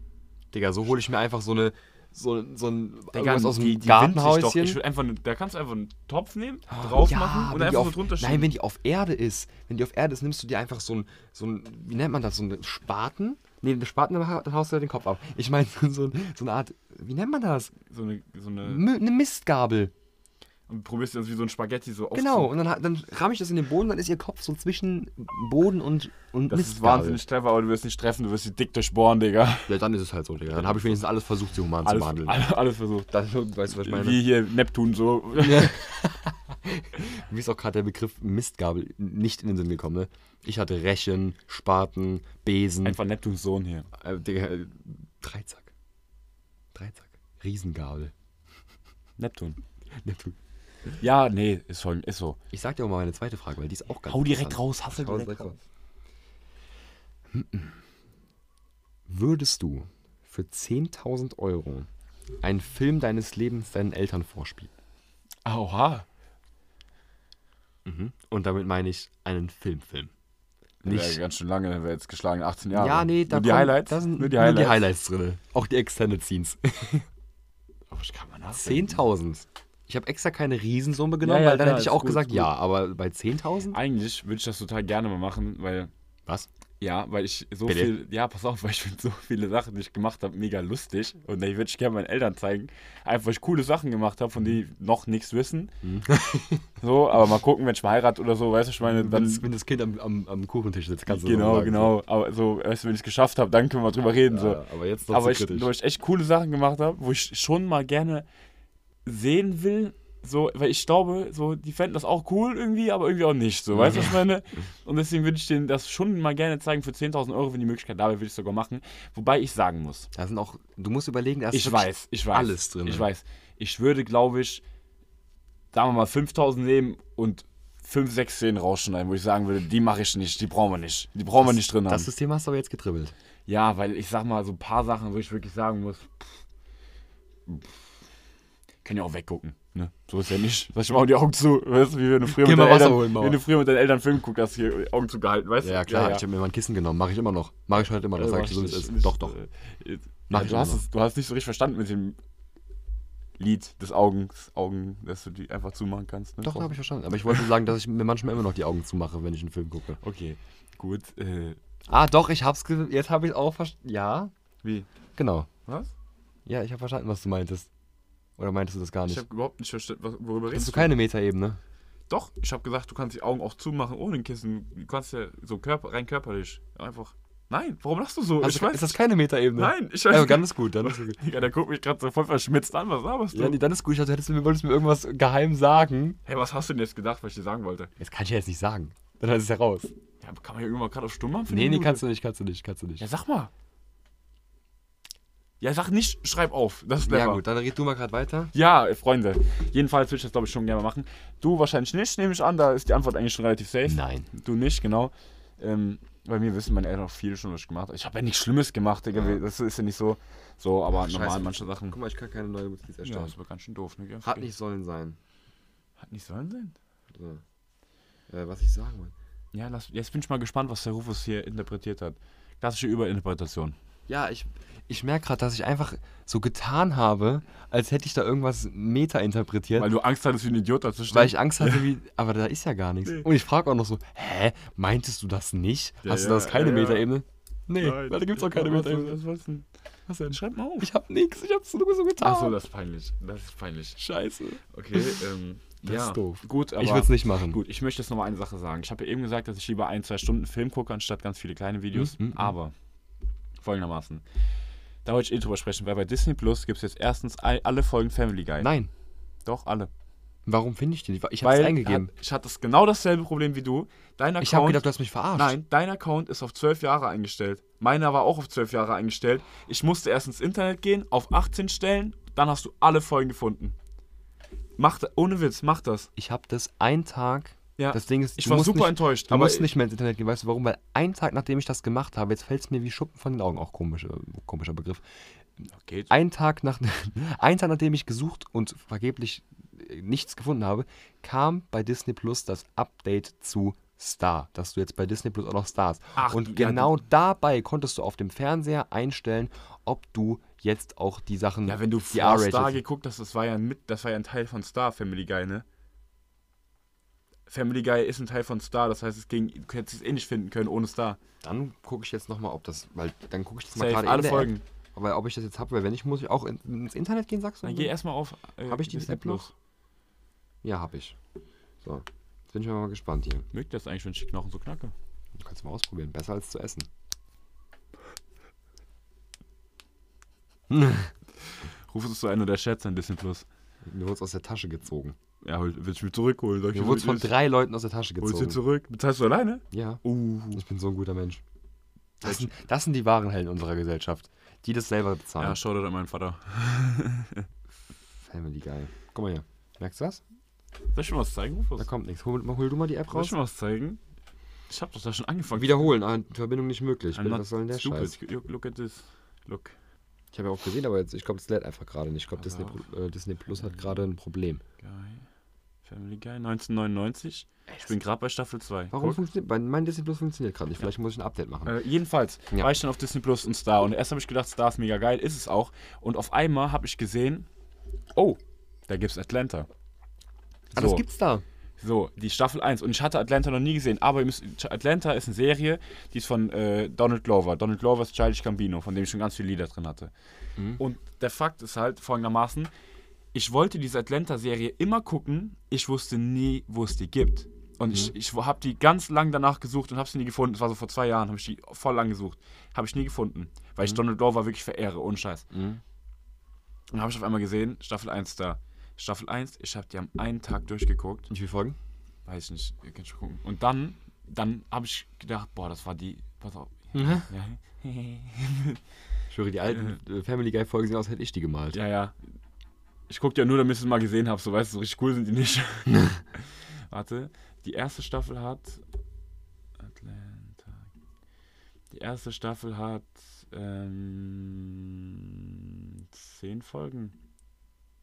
S2: Digga, so hole ich mir einfach so eine so, so ein
S1: Digga,
S2: irgendwas aus
S1: die-
S2: dem
S1: die windet sich
S2: Gartenhäuschen.
S1: Doch. Ich will einfach, ne- da kannst du einfach einen Topf nehmen, drauf
S2: Ah, Ja,
S1: machen und
S2: wenn die
S1: einfach so
S2: auf-
S1: drunter
S2: Nein,
S1: schieben.
S2: wenn die auf Erde ist. Wenn die auf Erde ist, nimmst du dir einfach so ein, so ein wie nennt man das, so einen Spaten? Nee, den Spaten, dann hau- dann haust du dir den Kopf ab. Ich meine, *laughs* so, ein- so eine Art, wie nennt man das?
S1: so eine, so eine
S2: Mü- Eine Mistgabel.
S1: und probierst das wie so ein Spaghetti so
S2: Genau,
S1: aufzu-
S2: und dann, ha- dann ramm ich das in den Boden, dann ist ihr Kopf so zwischen Boden und, und
S1: Das ist wahnsinnig clever, aber du wirst nicht treffen, du wirst sie dick durchbohren, Digga.
S2: Ja, dann ist es halt so, Digga. Dann habe ich wenigstens alles versucht, sie human
S1: Alles,
S2: zu behandeln.
S1: alles, alles versucht.
S2: Dann, weißt du, was ich meine?
S1: Wie hier Neptun so.
S2: Mir ist auch gerade der Begriff Mistgabel nicht in den Sinn gekommen, ne? Ich hatte Rechen, Spaten, Besen.
S1: *laughs* Einfach Neptuns Sohn hier.
S2: Äh, Digga, äh, Dreizack. Dreizack. Riesengabel.
S1: Neptun.
S2: Neptun.
S1: Ja, nee, ist, voll, ist so.
S2: Ich sag dir auch mal meine zweite Frage, weil die ist auch ganz
S1: Hau direkt
S2: interessant.
S1: raus, hassel
S2: Hau
S1: direkt raus.
S2: Hm, Würdest du für 10.000 Euro einen Film deines Lebens deinen Eltern vorspielen?
S1: Oha.
S2: Und damit meine ich einen Filmfilm.
S1: Nicht.
S2: Nicht.
S1: Ja, ganz schön lange, dann wäre jetzt geschlagen 18 Jahre.
S2: ja, nee, da,
S1: nur die
S2: kommt-
S1: Highlights.
S2: da sind
S1: nur die Highlights.
S2: nur die Highlights drin. Auch die Extended Scenes. *laughs*
S1: Aber ich kann mal nachdenken.
S2: 10.000. Ich habe extra keine Riesensumme genommen,
S1: Ja, ja,
S2: weil dann
S1: klar,
S2: hätte ich
S1: ist
S2: auch
S1: gut,
S2: gesagt,
S1: ist gut.
S2: ja, aber bei 10.000?
S1: Eigentlich würde ich das total gerne mal machen, weil
S2: Was?
S1: Ja, weil ich so
S2: Bitte?
S1: viel, ja, pass auf, *laughs* weil ich finde so viele Sachen, die ich gemacht habe, mega lustig. Und die würde ich gerne meinen Eltern zeigen. Einfach, weil ich coole Sachen gemacht habe, von denen die noch nichts wissen.
S2: Mhm.
S1: *laughs* so, aber mal gucken, wenn ich mal heirate oder so, weißt du, ich meine,
S2: Wenn
S1: dann.
S2: das, wenn das Kind am, am, am Kuchentisch sitzt, kannst du das
S1: genau,
S2: sagen.
S1: genau. Aber so, weißt du, wenn ich es geschafft habe, dann können wir drüber reden.
S2: Ja,
S1: so.
S2: ja, aber jetzt noch
S1: aber
S2: zu
S1: ich,
S2: kritisch.
S1: wo ich echt coole Sachen gemacht habe, wo ich schon mal gerne sehen will, so, weil ich glaube, so, die fänden das auch cool irgendwie, aber irgendwie auch nicht, so, weißt du, was
S2: *laughs*
S1: ich meine? Und deswegen würde ich denen das schon mal gerne zeigen für 10.000 Euro, wenn die Möglichkeit da wäre, würde ich es sogar machen. Wobei ich sagen muss,
S2: Da sind auch, du musst überlegen, da ist
S1: ich
S2: wirklich
S1: weiß, ich weiß.
S2: alles drin.
S1: Ich weiß. Ich würde, glaube ich, sagen wir mal 5.000 nehmen und 5, 6 Szenen rausschneiden, wo ich sagen würde, die mache ich nicht, die brauchen wir nicht, die brauchen wir nicht drin haben.
S2: Das System hast du aber jetzt getribbelt.
S1: Ja, weil ich sag mal, so ein paar Sachen, wo ich wirklich sagen muss, pff, pff, kann ja auch weggucken. Ne? So ist ja nicht. Sag ich mal, die Augen zu. Weißt du, wie wenn du früher,
S2: Geh
S1: mit
S2: mal
S1: deinen,
S2: Wasser
S1: Eltern,
S2: holen, Mauer.
S1: wenn du früher mit deinen Eltern Film guckst, hast du hier Augen zu gehalten, weißt du?
S2: Ja, klar, ich habe mir mal ein Kissen genommen. Mache ich immer noch. Mache ich heute immer noch, sag ich dir so, wie es ist. halt Doch, doch.
S1: Äh,
S2: Mach
S1: ja,
S2: ich
S1: du, hast
S2: immer
S1: es, du hast nicht so richtig verstanden mit dem Lied des Augens, Augen, dass du die einfach zumachen kannst. Ne?
S2: Doch, da habe ich verstanden. Aber ich wollte sagen, dass ich mir manchmal immer noch die Augen zumache, wenn ich einen Film gucke.
S1: Okay, gut. Äh,
S2: Ah, doch, ich hab's. Ge jetzt habe ich auch verstanden. Ja,
S1: wie?
S2: genau.
S1: Was?
S2: Ja, ich habe verstanden, was du meintest. Oder meintest du das gar
S1: Ich
S2: nicht?
S1: habe überhaupt nicht verstanden, was- worüber
S2: Bist
S1: redest
S2: du
S1: du?
S2: keine Metaebene?
S1: Doch, ich habe gesagt, du kannst die Augen auch zumachen ohne ein Kissen. Du kannst ja so körper, rein körperlich. Einfach. Nein, warum lachst du so?
S2: Also,
S1: ich weiß.
S2: ist das keine Metaebene?
S1: Nein, ich weiß.
S2: Also, dann ist gut. *laughs* Dann ist gut.
S1: Digga, der guckt mich gerade so voll verschmitzt an. Was laberst du?
S2: Ja, nee, dann ist gut. Ich dachte, hättest du mir, wolltest mir irgendwas geheim sagen.
S1: hey, was hast du denn jetzt gedacht, was ich dir sagen wollte?
S2: Das kann ich ja jetzt nicht sagen. Dann ist es ja raus.
S1: Ja, aber kann man ja irgendwann gerade auf Stumm machen? für
S2: Nee,
S1: eine
S2: nee,
S1: Minute?
S2: kannst du nicht, kannst du nicht, kannst du nicht.
S1: Ja, sag mal. Ja, sag nicht, schreib auf. Das ist clever.
S2: Ja, gut, dann red du mal gerade weiter.
S1: Ja, äh, Freunde. Jedenfalls würde ich das, glaube ich, schon gerne machen. Du wahrscheinlich nicht, nehme ich an. Da ist die Antwort eigentlich schon relativ safe.
S2: Nein.
S1: Du nicht, genau. Ähm, bei mir wissen meine Eltern auch viele schon, was ich gemacht habe. Ich habe ja nichts Schlimmes gemacht, Digga.
S2: Ja.
S1: Das ist ja nicht so. So, aber
S2: Scheiße.
S1: normal manche Sachen.
S2: Guck mal, ich kann keine neue Notiz
S1: Ja,
S2: erstellen.
S1: das war ganz schön doof, ne? gell?
S2: Hat nicht sollen sein.
S1: Hat nicht sollen sein.
S2: So. Äh, was ich sagen wollte.
S1: Ja, lass, jetzt bin ich mal gespannt, was der Rufus hier interpretiert hat. Klassische Überinterpretation.
S2: Ja, ich, ich merke gerade, dass ich einfach so getan habe, als hätte ich da irgendwas meta interpretiert.
S1: Weil du Angst hattest, wie ein Idiot dazwischen.
S2: Weil ich Angst hatte, *laughs* wie. Aber da ist ja gar nichts.
S1: Nee.
S2: Und ich frage auch noch so: Hä, meintest du das nicht?
S1: Ja,
S2: Hast du
S1: ja,
S2: das keine
S1: ja, ja.
S2: Metaebene? Nee, da gibt's auch keine Metaebene.
S1: Was wolltest du denn?
S2: Was denn?
S1: Schreib mal auf.
S2: Ich hab nix, ich hab's nur so getan.
S1: Achso, das ist peinlich. Das ist peinlich.
S2: Scheiße.
S1: Okay, ähm.
S2: Das
S1: ja,
S2: ist doof.
S1: Gut, aber
S2: ich will's nicht machen.
S1: Gut, ich möchte jetzt nochmal eine Sache sagen. Ich habe ja eben gesagt, dass ich lieber ein, zwei Stunden Film gucke, anstatt ganz viele kleine Videos.
S2: Mhm, mhm.
S1: Aber folgendermaßen. Da wollte ich eh drüber sprechen, weil bei Disney Plus gibt es jetzt erstens all- alle Folgen Family Guy.
S2: Nein,
S1: Doch, alle.
S2: warum finde ich den nicht? Ich hab's eingegeben.
S1: Hat, ich hatte das genau dasselbe Problem wie du. Dein Account,
S2: Ich hab gedacht, du hast mich verarscht.
S1: Nein, dein Account ist auf 12 Jahre eingestellt. Meiner war auch auf 12 Jahre eingestellt. Ich musste erst ins Internet gehen, auf 18 stellen, dann hast du alle Folgen gefunden. Mach, da- ohne Witz, mach das.
S2: Ich hab das einen Tag.
S1: Ja,
S2: Das Ding ist,
S1: ich
S2: du
S1: war
S2: musst
S1: super
S2: nicht,
S1: enttäuscht.
S2: Du
S1: aber
S2: musst nicht mehr ins Internet gehen, weißt du warum? Weil einen Tag, nachdem ich das gemacht habe, jetzt fällt es mir wie Schuppen von den Augen, auch komisch, äh, komischer Begriff.
S1: Geht.
S2: Einen Tag, nach, *laughs* einen Tag, nachdem ich gesucht und vergeblich äh, nichts gefunden habe, kam bei Disney Plus das Update zu Star, dass du jetzt bei Disney Plus auch noch Star hast.
S1: Ach,
S2: und
S1: ja,
S2: genau dabei konntest du auf dem Fernseher einstellen, ob du jetzt auch die Sachen,
S1: Ja, wenn du
S2: die
S1: vor
S2: R-rated
S1: Star geguckt hast, das war ja ein mit, das war ja ein Teil von Star Family Guy, ne? Family Guy ist ein Teil von Star, das heißt, es ging, du hättest es eh nicht finden können ohne Star.
S2: Dann gucke ich jetzt nochmal, ob das, weil dann gucke ich jetzt mal
S1: Safe,
S2: gerade
S1: alle
S2: in der
S1: Folgen.
S2: App, aber ob ich das jetzt habe, weil wenn nicht, muss ich auch in, ins Internet gehen, sagst du?
S1: Dann geh erstmal auf. Äh,
S2: Hab ich die App noch? Ja, habe ich. So, jetzt bin ich mal gespannt hier.
S1: Mögt das eigentlich, wenn ich die Knochen so knacke?
S2: Du kannst mal ausprobieren, besser als zu essen.
S1: Ruf es so einer der Chats ein bisschen plus.
S2: Mir wurde es aus der Tasche gezogen.
S1: Ja, hol- will ich mir zurückholen? Sag ich
S2: Mir
S1: dir,
S2: wurde es
S1: wie
S2: von
S1: es ist.
S2: drei Leuten aus der Tasche
S1: Holst du
S2: gezogen.
S1: zurück? Bezahlst du alleine?
S2: Ja,
S1: Uh.
S2: ich bin so ein guter Mensch. Das sind, das sind die wahren Helden unserer Gesellschaft, die das selber bezahlen.
S1: Ja, schau dir an meinen Vater.
S2: Family Guy. Guck mal hier. Merkst du was?
S1: Soll ich schon was zeigen,
S2: Da
S1: Rufus?
S2: kommt nichts. Hol, hol du mal die App
S1: Soll ich
S2: raus.
S1: schon was zeigen? Ich hab doch da schon angefangen.
S2: Wiederholen, ah, Verbindung nicht möglich.
S1: I'm not
S2: Was soll denn der
S1: stupid.
S2: Scheiß?
S1: Look- Look at this. Look.
S2: Ich habe ja auch gesehen, aber jetzt, ich glaube, das lädt einfach gerade nicht. Ich glaube,
S1: Pass
S2: Disney, Pro- äh, Disney Plus hat gerade ein Problem.
S1: Guy. Family Guy 1999. ich bin gerade bei Staffel 2.
S2: Warum funktioniert? Mein, mein Disney Plus funktioniert gerade nicht. Vielleicht muss ich ein Update machen.
S1: Äh, jedenfalls
S2: Ja.
S1: war ich dann auf Disney Plus und Star und erst habe ich gedacht, Star ist mega geil, ist es auch. Und auf einmal habe ich gesehen, oh, da gibt's Atlanta.
S2: Ah,
S1: so.
S2: das gibt's da.
S1: So, die Staffel 1. Und ich hatte Atlanta noch nie gesehen, aber ihr müsst, Atlanta ist eine Serie, die ist von äh, Donald Glover. Donald Glover ist Childish Gambino, von dem ich schon ganz viele Lieder drin hatte. Und der Fakt ist halt folgendermaßen, ich wollte diese Atlanta-Serie immer gucken, ich wusste nie, wo es die gibt. Und ich, ich habe die ganz lang danach gesucht und habe sie nie gefunden. Das war so vor zwei Jahren, habe ich die voll lang gesucht. Habe ich nie gefunden, weil ich Donald Glover wirklich verehre, ohne Scheiß. Und dann habe ich auf einmal gesehen, Staffel 1 da. Staffel 1, ich habe die am einen Tag durchgeguckt
S2: Wie viele Folgen?
S1: weiß ich nicht, ihr könnt schon gucken. Und dann, dann habe ich gedacht, boah, das war die, pass auf. Ja,
S2: Ich höre, die alten äh, Family Guy Folgen sehen aus, hätte ich die gemalt.
S1: ja, ja. Ich gucke ja nur, damit ich es mal gesehen habe, so weißt du, so richtig cool sind
S2: *laughs*
S1: die nicht. Warte, die erste Staffel hat Atlanta. Die erste Staffel hat ähm, zehn Folgen.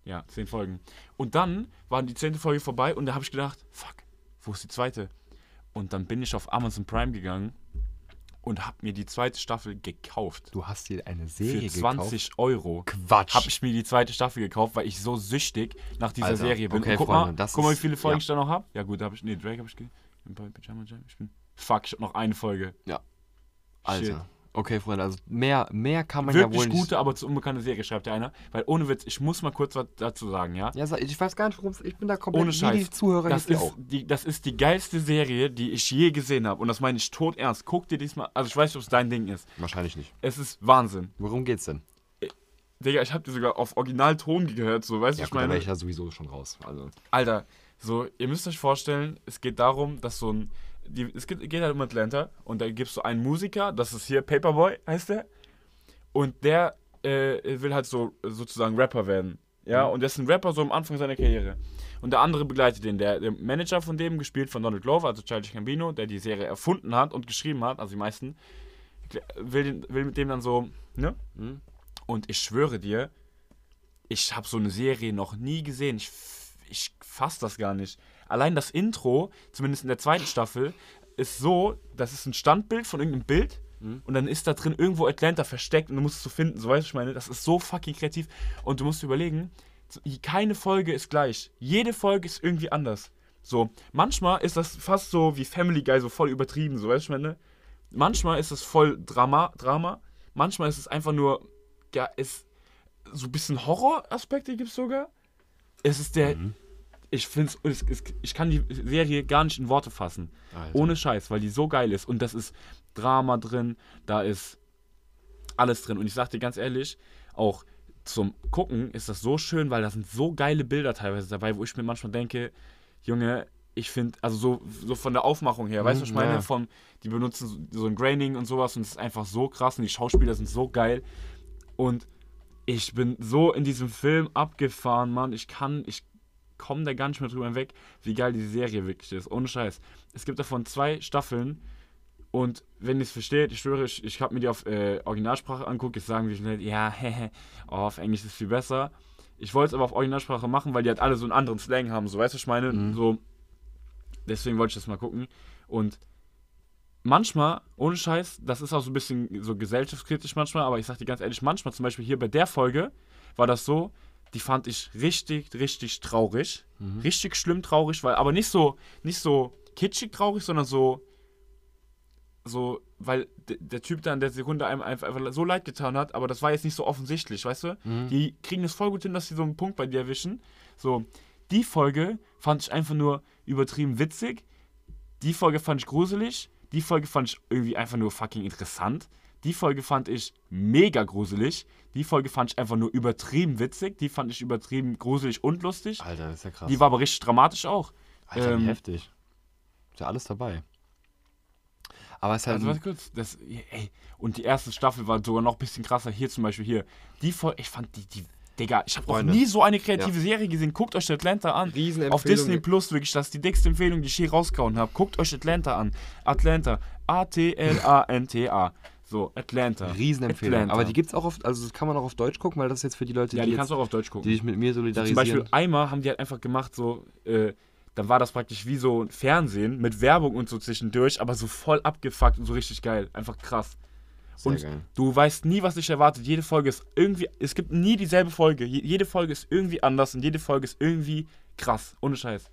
S1: Ja, zehn Folgen. Und dann war die zehnte Folge vorbei und da habe ich gedacht, fuck, wo ist die zweite? Und dann bin ich auf Amazon Prime gegangen und habe mir die zweite Staffel gekauft.
S2: Du hast dir eine
S1: Für
S2: Serie
S1: 20 Euro
S2: gekauft. Quatsch.
S1: habe ich mir die zweite Staffel gekauft, weil ich so süchtig nach dieser
S2: Alter,
S1: Serie bin.
S2: Also, okay,
S1: Und guck,
S2: Freunde,
S1: mal,
S2: das
S1: guck mal, wie
S2: ist-
S1: viele Folgen
S2: ja.
S1: ich da noch habe. Ja gut, da habe ich, nee, Drake habe ich, ge- Empire Pajama Jam, ich bin, fuck, ich habe noch eine Folge.
S2: Alter.
S1: Shit.
S2: Okay, Freunde, also mehr, mehr kann man ja wohl
S1: Wirklich
S2: nicht.
S1: gute, aber zu unbekannte Serie, schreibt der einer. Weil ohne Witz, ich muss mal kurz was dazu sagen, ja?
S2: Ja, sag- ich weiß gar nicht, warum ich bin da komplett
S1: Ohne
S2: wie
S1: Scheiß.
S2: die Zuhörer
S1: das,
S2: jetzt hier
S1: ist die, das ist die geilste Serie, die ich je gesehen habe. Und das meine ich tot ernst. Guck dir diesmal, also ich weiß nicht, ob es dein Ding ist.
S2: Wahrscheinlich nicht.
S1: Es ist Wahnsinn.
S2: Worum geht's denn?
S1: Digga, ich habe die sogar auf Originalton gehört, so, weißt du,
S2: Ja,
S1: ich
S2: gut, da
S1: meine.
S2: wäre ich ja sowieso schon raus. Also,
S1: Alter, so, ihr müsst euch vorstellen, es geht darum, dass so ein. Die, es geht, geht halt um Atlanta und da gibt es so einen Musiker, das ist hier Paperboy, heißt der. Und der äh, will halt so sozusagen Rapper werden. Ja, und der ist ein Rapper so am Anfang seiner Karriere. Und der andere begleitet den. Der, der Manager von dem, gespielt von Donald Glover, also Childish Gambino, der die Serie erfunden hat und geschrieben hat, also die meisten, der will, den, will mit dem dann so, ne?
S2: Mhm.
S1: Und ich schwöre dir, ich habe so eine Serie noch nie gesehen. Ich, f- ich fass das gar nicht. Allein das Intro, zumindest in der zweiten Staffel, ist so, das ist ein Standbild von irgendeinem Bild und dann ist da drin irgendwo Atlanta versteckt und du musst es so finden, so weißt du, was ich meine, das ist so fucking kreativ und du musst überlegen, so, keine Folge ist gleich. Jede Folge ist irgendwie anders. So, manchmal ist das fast so wie Family Guy, so voll übertrieben, so weißt du, was ich meine. Manchmal ist es voll Drama, Drama. Manchmal ist es einfach nur, ja, es, so ein bisschen Horroraspekte gibt es sogar. Es ist der. Ich finde es, es, ich kann die Serie gar nicht in Worte fassen.
S2: Alter.
S1: Ohne Scheiß, weil die so geil ist. Und das ist Drama drin, da ist alles drin. Und ich sag dir ganz ehrlich, auch zum Gucken ist das so schön, weil da sind so geile Bilder teilweise dabei, wo ich mir manchmal denke, Junge, ich finde, also so, so von der Aufmachung her, weißt du, was ich
S2: Mhm, ja.
S1: meine? Vom, die benutzen so, so ein Graining und sowas und es ist einfach so krass und die Schauspieler sind so geil. Und ich bin so in diesem Film abgefahren, Mann. Ich kann, ich komme da gar nicht mehr drüber hinweg, wie geil diese Serie wirklich ist. Ohne Scheiß. Es gibt davon zwei Staffeln. Und wenn ihr es versteht, ich schwöre, ich, ich habe mir die auf äh, Originalsprache anguckt, jetzt sagen wir schnell, ja, hehe, *laughs* oh, auf Englisch ist viel besser. Ich wollte es aber auf Originalsprache machen, weil die halt alle so einen anderen Slang haben, so weißt du, was ich meine? So, deswegen wollte ich das mal gucken. Und manchmal, ohne Scheiß, das ist auch so ein bisschen so gesellschaftskritisch manchmal, aber ich sag dir ganz ehrlich, manchmal, zum Beispiel hier bei der Folge, war das so, die fand ich richtig, richtig traurig. Richtig schlimm traurig, weil, aber nicht so, nicht so kitschig traurig, sondern so, so, weil d- der Typ da in der Sekunde einem einfach einfach so leid getan hat, aber das war jetzt nicht so offensichtlich, weißt du? Die kriegen es voll gut hin, dass sie so einen Punkt bei dir erwischen. So, die Folge fand ich einfach nur übertrieben witzig. Die Folge fand ich gruselig. Die Folge fand ich irgendwie einfach nur fucking interessant. Die Folge fand ich mega gruselig. Die Folge fand ich einfach nur übertrieben witzig. Die fand ich übertrieben gruselig und lustig.
S2: Alter, das ist ja krass.
S1: Die war aber richtig dramatisch auch.
S2: Alter,
S1: ähm,
S2: wie heftig. Ist ja alles dabei. Aber es ist halt.
S1: Also was kurz, das, ey, und die erste Staffel war sogar noch ein bisschen krasser. Hier zum Beispiel hier. Die Folge, ich fand die, die, Digga, ich habe noch
S2: Freunde.
S1: nie so eine kreative Serie gesehen. Guckt euch Atlanta an.
S2: Riesenempfehlung.
S1: Auf Disney Plus wirklich, das ist die dickste Empfehlung, die ich hier rausgehauen habe. Guckt euch Atlanta an. Atlanta. A-T-L-A-N-T-A. So, Atlanta.
S2: Riesenempfehlung.
S1: Atlanta.
S2: Aber die gibt's auch auf, also das kann man auch auf Deutsch gucken, weil das ist jetzt für die Leute,
S1: ja,
S2: die,
S1: die kannst
S2: jetzt,
S1: du auch auf Deutsch
S2: die
S1: gucken.
S2: sich mit mir
S1: Zum Beispiel
S2: solidarisieren.
S1: einmal haben die halt einfach gemacht, so, äh, dann war das praktisch wie so ein Fernsehen mit Werbung und so zwischendurch, aber so voll abgefuckt und so richtig geil. Einfach krass.
S2: Sehr
S1: und
S2: geil.
S1: du weißt nie, was dich erwartet. Jede Folge ist irgendwie, es gibt nie dieselbe Folge. Je- Jede Folge ist irgendwie anders und jede Folge ist irgendwie krass. Ohne Scheiß.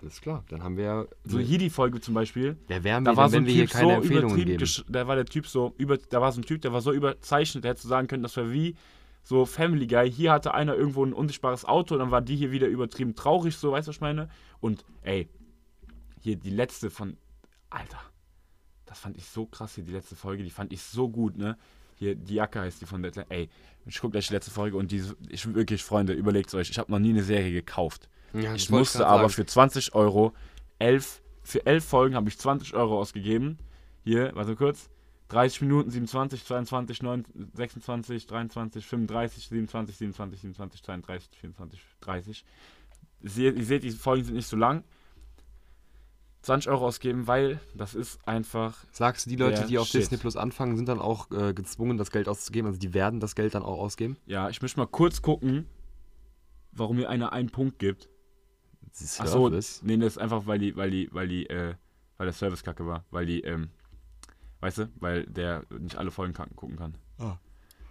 S2: Alles klar, dann haben wir ja.
S1: So hier die Folge zum Beispiel.
S2: Wer wären wir,
S1: Da war
S2: denn, wenn
S1: so ein
S2: wir hier
S1: Typ
S2: keine
S1: so
S2: Empfehlungen
S1: übertrieben,
S2: geben?
S1: gesch- da war der Typ so über, da war so ein Typ, der war so überzeichnet, der hätte so sagen können, das wäre wie so Family Guy. Hier hatte einer irgendwo ein unsichtbares Auto und dann war die hier wieder übertrieben traurig, so weißt du, was ich meine? Und ey, hier die letzte von, Alter, das fand ich so krass hier die letzte Folge, die fand ich so gut, ne? Hier die Jacke heißt die von der, ey, ich guck gleich die letzte Folge und diese, ich wirklich Freunde, überlegt's euch, ich habe noch nie eine Serie gekauft.
S2: Ja, das
S1: Ich
S2: wollte
S1: musste
S2: grad
S1: aber
S2: sagen.
S1: für 20 Euro 11, für 11 Folgen habe ich 20 Euro ausgegeben. Hier, warte kurz. 30 Minuten, 27, 22, 29, 26, 23, 35, 27, 27, 27, 32, 24, 30. Sie- Ihr seht, die Folgen sind nicht so lang. 20 Euro ausgeben, weil das ist einfach
S2: Sagst du, die Leute,
S1: Der
S2: die auf
S1: Shit.
S2: Disney Plus anfangen, sind dann auch äh, gezwungen, das Geld auszugeben? Also die werden das Geld dann auch ausgeben?
S1: Ja, ich möchte mal kurz gucken, warum mir einer einen Punkt gibt.
S2: Das ist
S1: Ach so,
S2: Service.
S1: nee, das ist einfach, weil die, weil die, weil die, äh, weil der Service kacke war, weil die, ähm, weißt du, weil der nicht alle Folgen kacken gucken kann.
S2: Ah. Hm.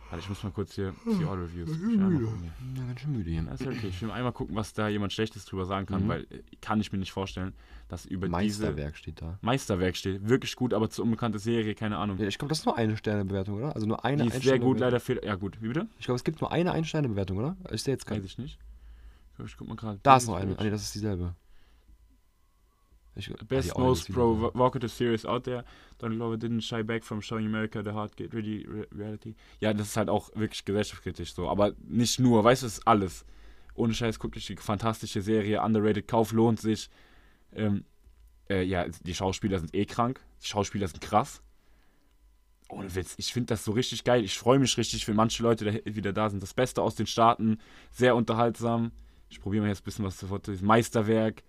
S1: Warte, ich muss mal kurz hier die All Reviews. Ich will einmal gucken.
S2: Ich bin ja ganz schön müde hier.
S1: Ja, ist ja okay. Ich will einmal gucken, was da jemand Schlechtes drüber sagen
S2: Mhm.
S1: kann, weil äh, kann ich mir nicht vorstellen, dass über diese
S2: Meisterwerk steht da.
S1: Meisterwerk steht. Wirklich gut, aber zu unbekannte Serie, keine Ahnung.
S2: Ja, Ich glaube, das ist nur eine Sternebewertung, oder? Also nur eine
S1: die ist sehr gut,
S2: Ein-Sterne-Bewertung.
S1: leider fehlt. Ja gut, wie bitte?
S2: Ich glaube, es gibt nur eine Ein-Sterne-Bewertung, oder? Ich sehe jetzt
S1: Weiß
S2: keine.
S1: ich nicht. Ich guck mal gerade.
S2: Da ist noch eine. Ah, nee, das ist dieselbe. Ich, ah, die
S1: Best
S2: Audio ist
S1: most
S2: wieder da.
S1: provocative series out there. Donald Glover didn't shy back from showing America the hard get ready re- reality. Ja, das ist halt auch wirklich gesellschaftskritisch so, aber nicht nur, weißt du, es ist alles. Ohne Scheiß, guckt euch die fantastische Serie, underrated Kauf lohnt sich. Ähm, äh, ja, die Schauspieler sind eh krank, die Schauspieler sind krass. Ohne Witz, ich finde das so richtig geil. Ich freue mich richtig, wenn manche Leute da wieder da sind. Das Beste aus den Staaten, sehr unterhaltsam. Ich probiere mal jetzt ein bisschen was zu vorlesen. Meisterwerk,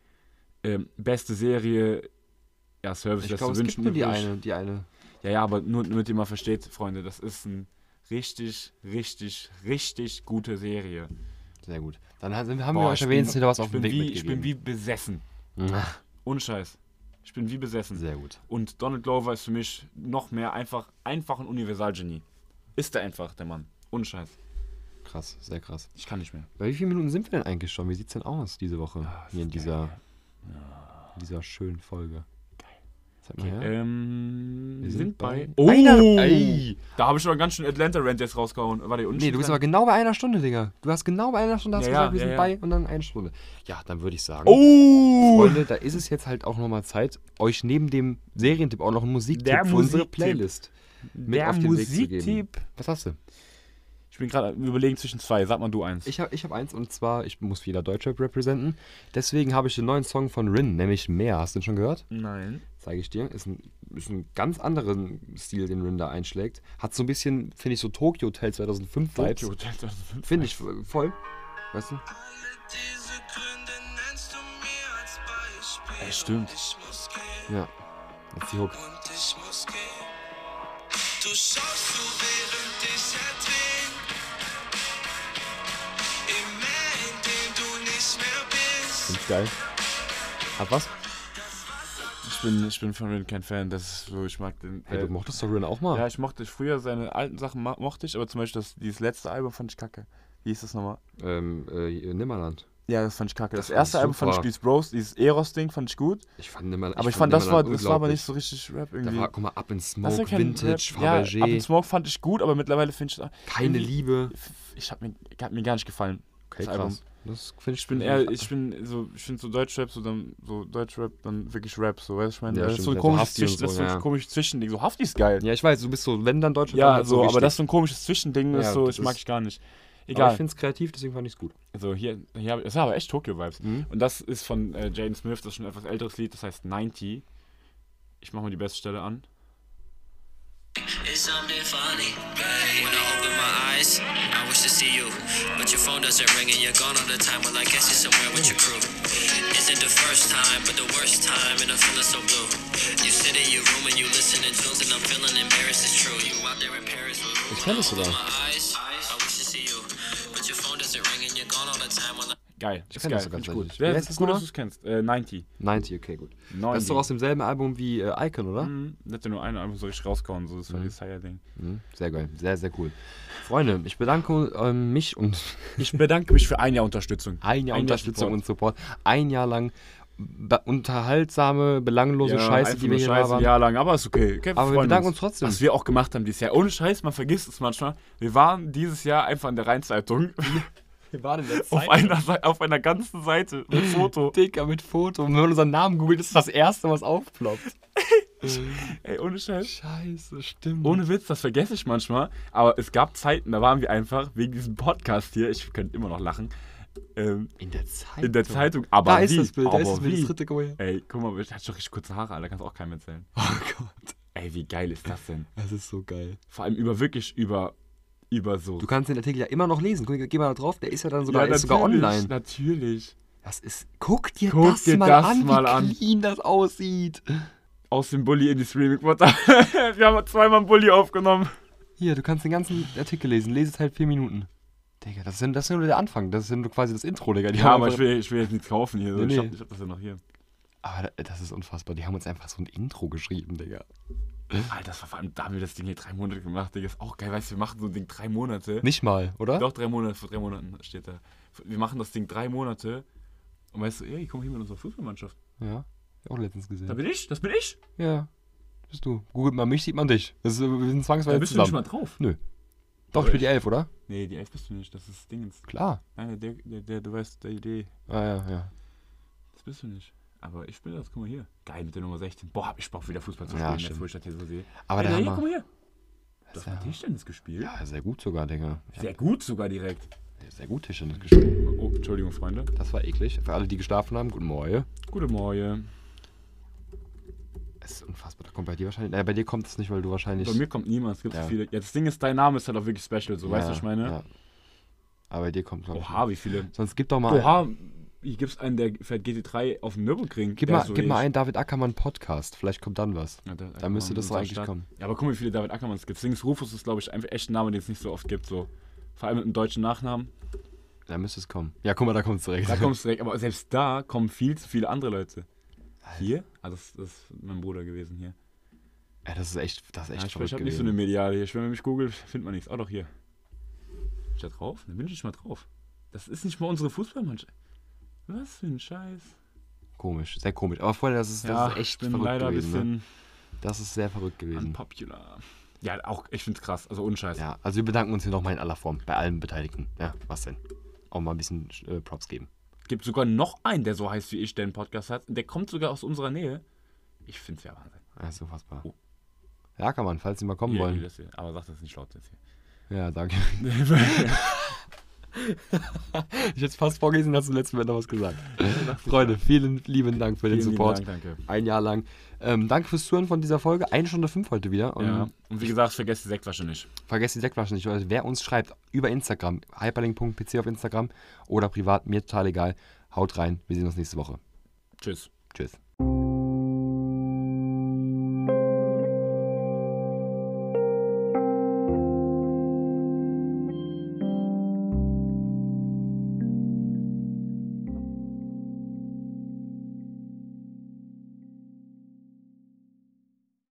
S1: ähm, beste Serie, ja, Service
S2: Ich
S1: lässt
S2: glaube,
S1: zu
S2: es gibt
S1: wünschen
S2: nur die
S1: übrig.
S2: eine, die eine.
S1: Ja, ja, aber nur damit ihr mal versteht, Freunde, das ist ein richtig, richtig, richtig gute Serie.
S2: Sehr gut. Dann ha- sind- haben
S1: Boah,
S2: wir euch
S1: ich
S2: ja
S1: bin-
S2: wenigstens wieder was auf
S1: ich bin
S2: den Weg
S1: wie, Ich bin
S2: mitgegeben.
S1: wie besessen. *laughs* Ohne Scheiß. Ich bin wie besessen.
S2: Sehr gut.
S1: Und Donald Glover ist für mich noch mehr einfach, einfach ein Universalgenie. Ist er einfach, der Mann. Ohne Scheiß.
S2: Krass, sehr krass.
S1: Ich kann nicht mehr.
S2: Bei wie vielen Minuten sind wir denn eigentlich schon? Wie sieht's denn aus diese Woche?
S1: Ah,
S2: hier in dieser, in dieser schönen Folge. Zeig mal her.
S1: Ähm, wir
S2: sind
S1: äh, sind, bei.
S2: bei
S1: Oh!
S2: einer- Ei!
S1: Da habe ich schon ganz schön atlanta rant jetzt rausgehauen. Warte, und
S2: Nee, du bist aber genau bei einer Stunde, Digga. Du hast genau bei einer Stunde hast
S1: Ja,
S2: gesagt,
S1: ja,
S2: wir
S1: ja,
S2: sind
S1: ja.
S2: bei und dann eine Stunde. Ja, dann würde ich sagen,
S1: Oh!
S2: Freunde, da ist es jetzt halt auch nochmal Zeit, euch neben dem Serientipp auch noch einen Musiktipp
S1: Der
S2: für unsere
S1: Musiktipp.
S2: Playlist mit
S1: Der
S2: auf den Weg zu geben.
S1: Musiktipp.
S2: Was hast du?
S1: Ich bin gerade am überlegen zwischen zwei. Sag mal du eins.
S2: Ich habe ich hab eins und zwar, ich muss wieder Deutschrap representen. Deswegen habe ich den neuen Song von Rin, nämlich Mehr. Hast du den schon gehört?
S1: Nein.
S2: zeige ich dir. Ist ein, ist ein ganz anderen Stil, den Rinder einschlägt. Hat so ein bisschen, finde ich, so Tokyo Hotel 2005 Vibes.
S1: Tokyo Hotel 2005.
S2: Finde ich voll. Weißt du?
S4: Alle diese Gründe nennst du mir als Beispiel.
S1: Ey, stimmt.
S4: Und Ich muss gehen
S2: Ja. Jetzt die Hook.
S4: und ich muss gehen. Du schaust zu, während ich ertrink. Im Meer, in dem du nicht mehr bist.
S2: Finde ich geil. Hat was?
S1: Ich bin, ich bin von Rin kein Fan. Das ist so, ich mag den.
S2: Hey,
S1: äh,
S2: du mochtest doch Rin auch mal.
S1: ja, ich mochte früher seine alten Sachen, ma- mochte ich, aber zum Beispiel das, dieses letzte Album fand ich kacke. Wie hieß das nochmal?
S2: Ähm, äh, Nimmerland.
S1: Ja, das fand ich kacke. Das,
S2: Das war
S1: erste Album fand ich
S2: super.
S1: dieses Bros, dieses Eros-Ding fand ich gut.
S2: Ich fand Nimmerland.
S1: Aber ich, fand, das war,
S2: Nimmerland
S1: das war aber
S2: unglaublich.
S1: nicht so richtig Rap irgendwie.
S2: Da war, guck mal, Up in
S1: das
S2: Smoke,
S1: war kein
S2: Vintage,
S1: Rap. Ja,
S2: Fabergé,
S1: Up in Smoke fand ich gut, aber mittlerweile finde ich.
S2: keine
S1: irgendwie-
S2: Liebe.
S1: Ich hab mir, hat mir gar nicht gefallen.
S2: Okay,
S1: das Album.
S2: krass. Das finde
S1: Ich bin eher, ich bin so, ich finde so Deutschrap, so dann so Deutschrap, dann wirklich Rap, so weißt du, ich meine,
S2: Ja,
S1: das ist so
S2: stimmt, ja,
S1: ein
S2: so
S1: komisches
S2: Hafti und
S1: Zwischen, das ist
S2: so,
S1: so ein
S2: ja.
S1: komisches Zwischending. So Hafti ist geil.
S2: Ja, ich weiß, du bist so, wenn dann Deutschland.
S1: Ja,
S2: dann halt
S1: so, aber
S2: richtig.
S1: das ist so ein komisches Zwischending, das
S2: Ja,
S1: so,
S2: das
S1: ich mag
S2: ist-
S1: ich gar nicht.
S2: Aber ich
S1: Egal.
S2: finde es kreativ, deswegen fand ich es gut.
S1: Also hier, hier hab, das sind aber echt Tokyo-Vibes.
S2: Mhm.
S1: Und das ist von äh, Jaden Smith, das ist schon ein etwas älteres Lied, das heißt 90. Ich mache mal die beste Stelle an.
S5: It's something funny. When I open my eyes, I wish to see you. But your phone doesn't ring and you're gone all the time. Well, I guess you're somewhere with your crew. Isn't the first time, but the worst time, and I'm feeling so blue. You sit in your room and you listen to tunes, and I'm feeling embarrassed. It's true. You out there in Paris with
S2: Ich kenn das
S5: When I
S2: sogar.
S5: open my eyes, I wish to see you. But your phone doesn't ring and you're gone all the time. Well, I
S1: Geil,
S2: Ich
S1: ist
S2: kenn
S1: geil,
S2: das sogar
S1: finde ich gut.
S2: tatsächlich.
S1: Ja,
S2: Wie heißt
S1: es
S2: das
S1: ist gut, dass
S2: nochmal?
S1: du es kennst. Äh, 90.
S2: 90, okay, gut.
S1: 90.
S2: Das ist doch aus demselben Album wie äh, Icon, oder?
S1: Mhm. Da hat er nur einen Album so richtig rausgehauen, so das war dieses Higher-Ding.
S2: Mhm, Sehr geil, sehr, sehr cool. Freunde, ich bedanke ähm, mich und *laughs*
S1: Ich bedanke mich für ein Jahr Unterstützung.
S2: ein Jahr Unterstützung
S1: Support.
S2: und Support. Ein Jahr lang be- unterhaltsame, belanglose
S1: Ja,
S2: Scheiße,
S1: einfach
S2: die
S1: nur
S2: wir hier
S1: Scheiße,
S2: haben.
S1: Jahr lang, aber ist okay. okay
S2: Aber wir
S1: freuen
S2: bedanken uns trotzdem.
S1: Was wir auch gemacht haben dieses Jahr. Ohne Scheiß, man vergisst es manchmal. Wir waren dieses Jahr einfach an der *laughs* Rheinzeitung.
S2: Wir waren in der
S1: auf, einer, Sei- auf einer ganzen Seite
S2: *laughs*
S1: mit Foto.
S2: Dicker mit Foto. Und wenn man unseren Namen googelt, ist das Erste, was aufploppt.
S1: Ey, ohne Scheiß.
S2: Scheiße, stimmt.
S1: Ohne Witz, das vergesse ich manchmal. Aber es gab Zeiten, da waren wir einfach wegen diesem Podcast hier, ich könnte immer noch lachen, ähm,
S2: in der Zeit.
S1: in der Zeitung. Aber
S2: Da
S1: wie?
S2: ist das Bild,
S1: aber
S2: da ist das Bild,
S1: wie?
S2: das dritte Goal.
S1: Ey, guck mal, ich hatte schon richtig kurze Haare, Alter, kannst auch keinem erzählen.
S2: Oh Gott,
S1: Ey, wie geil ist das denn?
S2: das ist so geil.
S1: Vor allem über wirklich über, über so.
S2: Du kannst den Artikel ja immer noch lesen. Guck, geh mal da drauf, der ist ja dann sogar,
S1: Ja,
S2: ist sogar
S1: natürlich,
S2: online.
S1: Natürlich.
S2: Das ist. Guck dir
S1: Guck
S2: das
S1: dir
S2: mal
S1: das
S2: an,
S1: mal
S2: wie
S1: an.
S2: clean das aussieht.
S1: Aus dem Bulli in die Streaming Water. *laughs* wir haben zweimal einen Bulli aufgenommen.
S2: Hier, du kannst den ganzen Artikel lesen. Lese es halt vier Minuten. Digga, das ist, ja- das ist ja nur der Anfang. Das ist ja nur quasi das Intro, Digga. Die
S1: Ja,
S2: haben
S1: aber ich
S2: einfach-
S1: will, ich will jetzt nichts kaufen hier. so.
S2: Nee,
S1: Ich, hab,
S2: nee.
S1: ich hab das ja noch hier.
S2: aber Ah, da- das ist unfassbar. Die haben uns einfach so ein Intro geschrieben, Digga.
S1: Alter, das war vor allem, da haben wir das Ding hier drei Monate gemacht, Digga. Ist auch geil, weißt du, wir machen so ein Ding drei Monate.
S2: Nicht mal, oder?
S1: Doch, drei Monate, vor drei Monaten steht da. Wir machen das Ding drei Monate. Und weißt du, ey, komm hier mit unserer Fußballmannschaft.
S2: Ja. Hab ich Auch letztens
S1: Da
S2: gesehen.
S1: bin ich, das bin ich.
S2: Ja. Bist du. Googelt man mich, sieht man dich. Das ist, wir sind
S1: Da
S2: zwangsweise
S1: bist du nicht
S2: zusammen.
S1: mal drauf.
S2: Doch, ich bin die Elf, oder?
S1: Nee, die Elf bist du nicht, das ist Dingens.
S2: Klar.
S1: Nein, der, der, der du weißt, der Idee.
S2: Ah, ja, ja.
S1: Das bist du nicht. Aber ich bin das, guck mal hier. Geil mit der Nummer 16. Boah, hab ich Bock, wieder Fußball zu
S2: Ja,
S1: spielen, jetzt
S2: stimmt.
S1: wo ich das hier so sehe.
S2: Aber
S1: Ey,
S2: der
S1: da hier,
S2: Hammer.
S1: guck mal hier.
S2: Das
S1: Das war Tischtennis gespielt.
S2: ja, sehr gut sogar, Digga.
S1: Sehr gut sogar direkt.
S2: Ja, sehr gut Tischtennis gespielt.
S1: Oh, Entschuldigung, Freunde.
S2: Das war eklig. Für alle, die geschlafen haben, guten Morgen.
S1: Gute Morgen.
S2: Es ist unfassbar. kommt bei dir wahrscheinlich. Naja, bei dir kommt es nicht, weil du wahrscheinlich.
S1: Bei mir kommt niemand, es gibt
S2: Ja.
S1: so viele. Ja, das Ding ist, dein Name ist halt auch wirklich special, so, weißt du, was ich meine?
S2: Ja. Aber bei dir kommt, glaube ich.
S1: Oha, wie viele.
S2: Sonst gib doch mal.
S1: Oha, hier gibt's einen, der fährt GT3 auf dem Nürburgring.
S2: Gib,
S1: der
S2: mal,
S1: ist so
S2: gib mal
S1: ähnlich.
S2: einen David Ackermann Podcast. Vielleicht kommt dann was.
S1: Ja, der-
S2: Da müsste
S1: Ackermann
S2: das
S1: ist
S2: doch
S1: so
S2: eigentlich
S1: stark.
S2: kommen.
S1: Ja, aber guck mal, wie viele David Ackermanns gibt. Dings Rufus ist, glaube ich, einfach echt ein Name, den es nicht so oft gibt. So. Vor allem mit einem deutschen Nachnamen.
S2: Da müsste es kommen. Ja, guck mal, da kommt es direkt.
S1: Da kommst du direkt. Aber selbst da kommen viel zu viele andere Leute. Hier? Ah, das, das ist mein Bruder gewesen hier.
S2: ja, das ist echt, das ist echt
S1: Ja, ich
S2: verrückt
S1: ich habe nicht so eine
S2: gewesen.
S1: mediale hier. Ich, wenn man mich googelt, findet man nichts. Auch doch hier. Bin ich da drauf? Dann bin ich nicht mal drauf. Das ist nicht mal unsere Fußballmannschaft. Was für ein Scheiß.
S2: Komisch, sehr komisch. Aber Freunde, das ist, das ist echt
S1: ich bin
S2: verrückt
S1: leider
S2: gewesen.
S1: ein
S2: Ne?
S1: bisschen
S2: Das ist sehr verrückt gewesen.
S1: unpopular. Ja, auch, ich find's krass. Also unscheiß.
S2: Ja, also wir bedanken uns hier nochmal in aller Form bei allen Beteiligten. Ja, was denn? Auch mal ein bisschen äh, Props geben.
S1: Gibt sogar noch einen, der so heißt wie ich, der einen Podcast hat. Der kommt sogar aus unserer Nähe. Ich find's ja Wahnsinn.
S2: Das Ah, ist unfassbar.
S1: Oh.
S2: Ja, kann man, falls Sie mal kommen
S1: Hier, hier,
S2: wollen.
S1: das hier. Aber sag das nicht laut jetzt hier.
S2: Ja,
S1: *laughs*
S2: danke. ich hätte fast vorgelesen, hast du letztes Mal noch was gesagt. Freunde, vielen lieben Dank für den
S1: Vielen lieben
S2: Support.
S1: Dank, danke.
S2: Ein Jahr lang. Ähm, danke fürs Zuhören von dieser Folge. Eine Stunde fünf heute wieder. Und
S1: Ja. Und wie gesagt, vergesst die Sektflasche nicht.
S2: Vergesst die Sektflaschen nicht. Also wer uns schreibt über Instagram, hyperlink.pc auf Instagram oder privat, mir total egal. Haut rein. Wir sehen uns nächste Woche.
S1: Tschüss.
S2: Tschüss.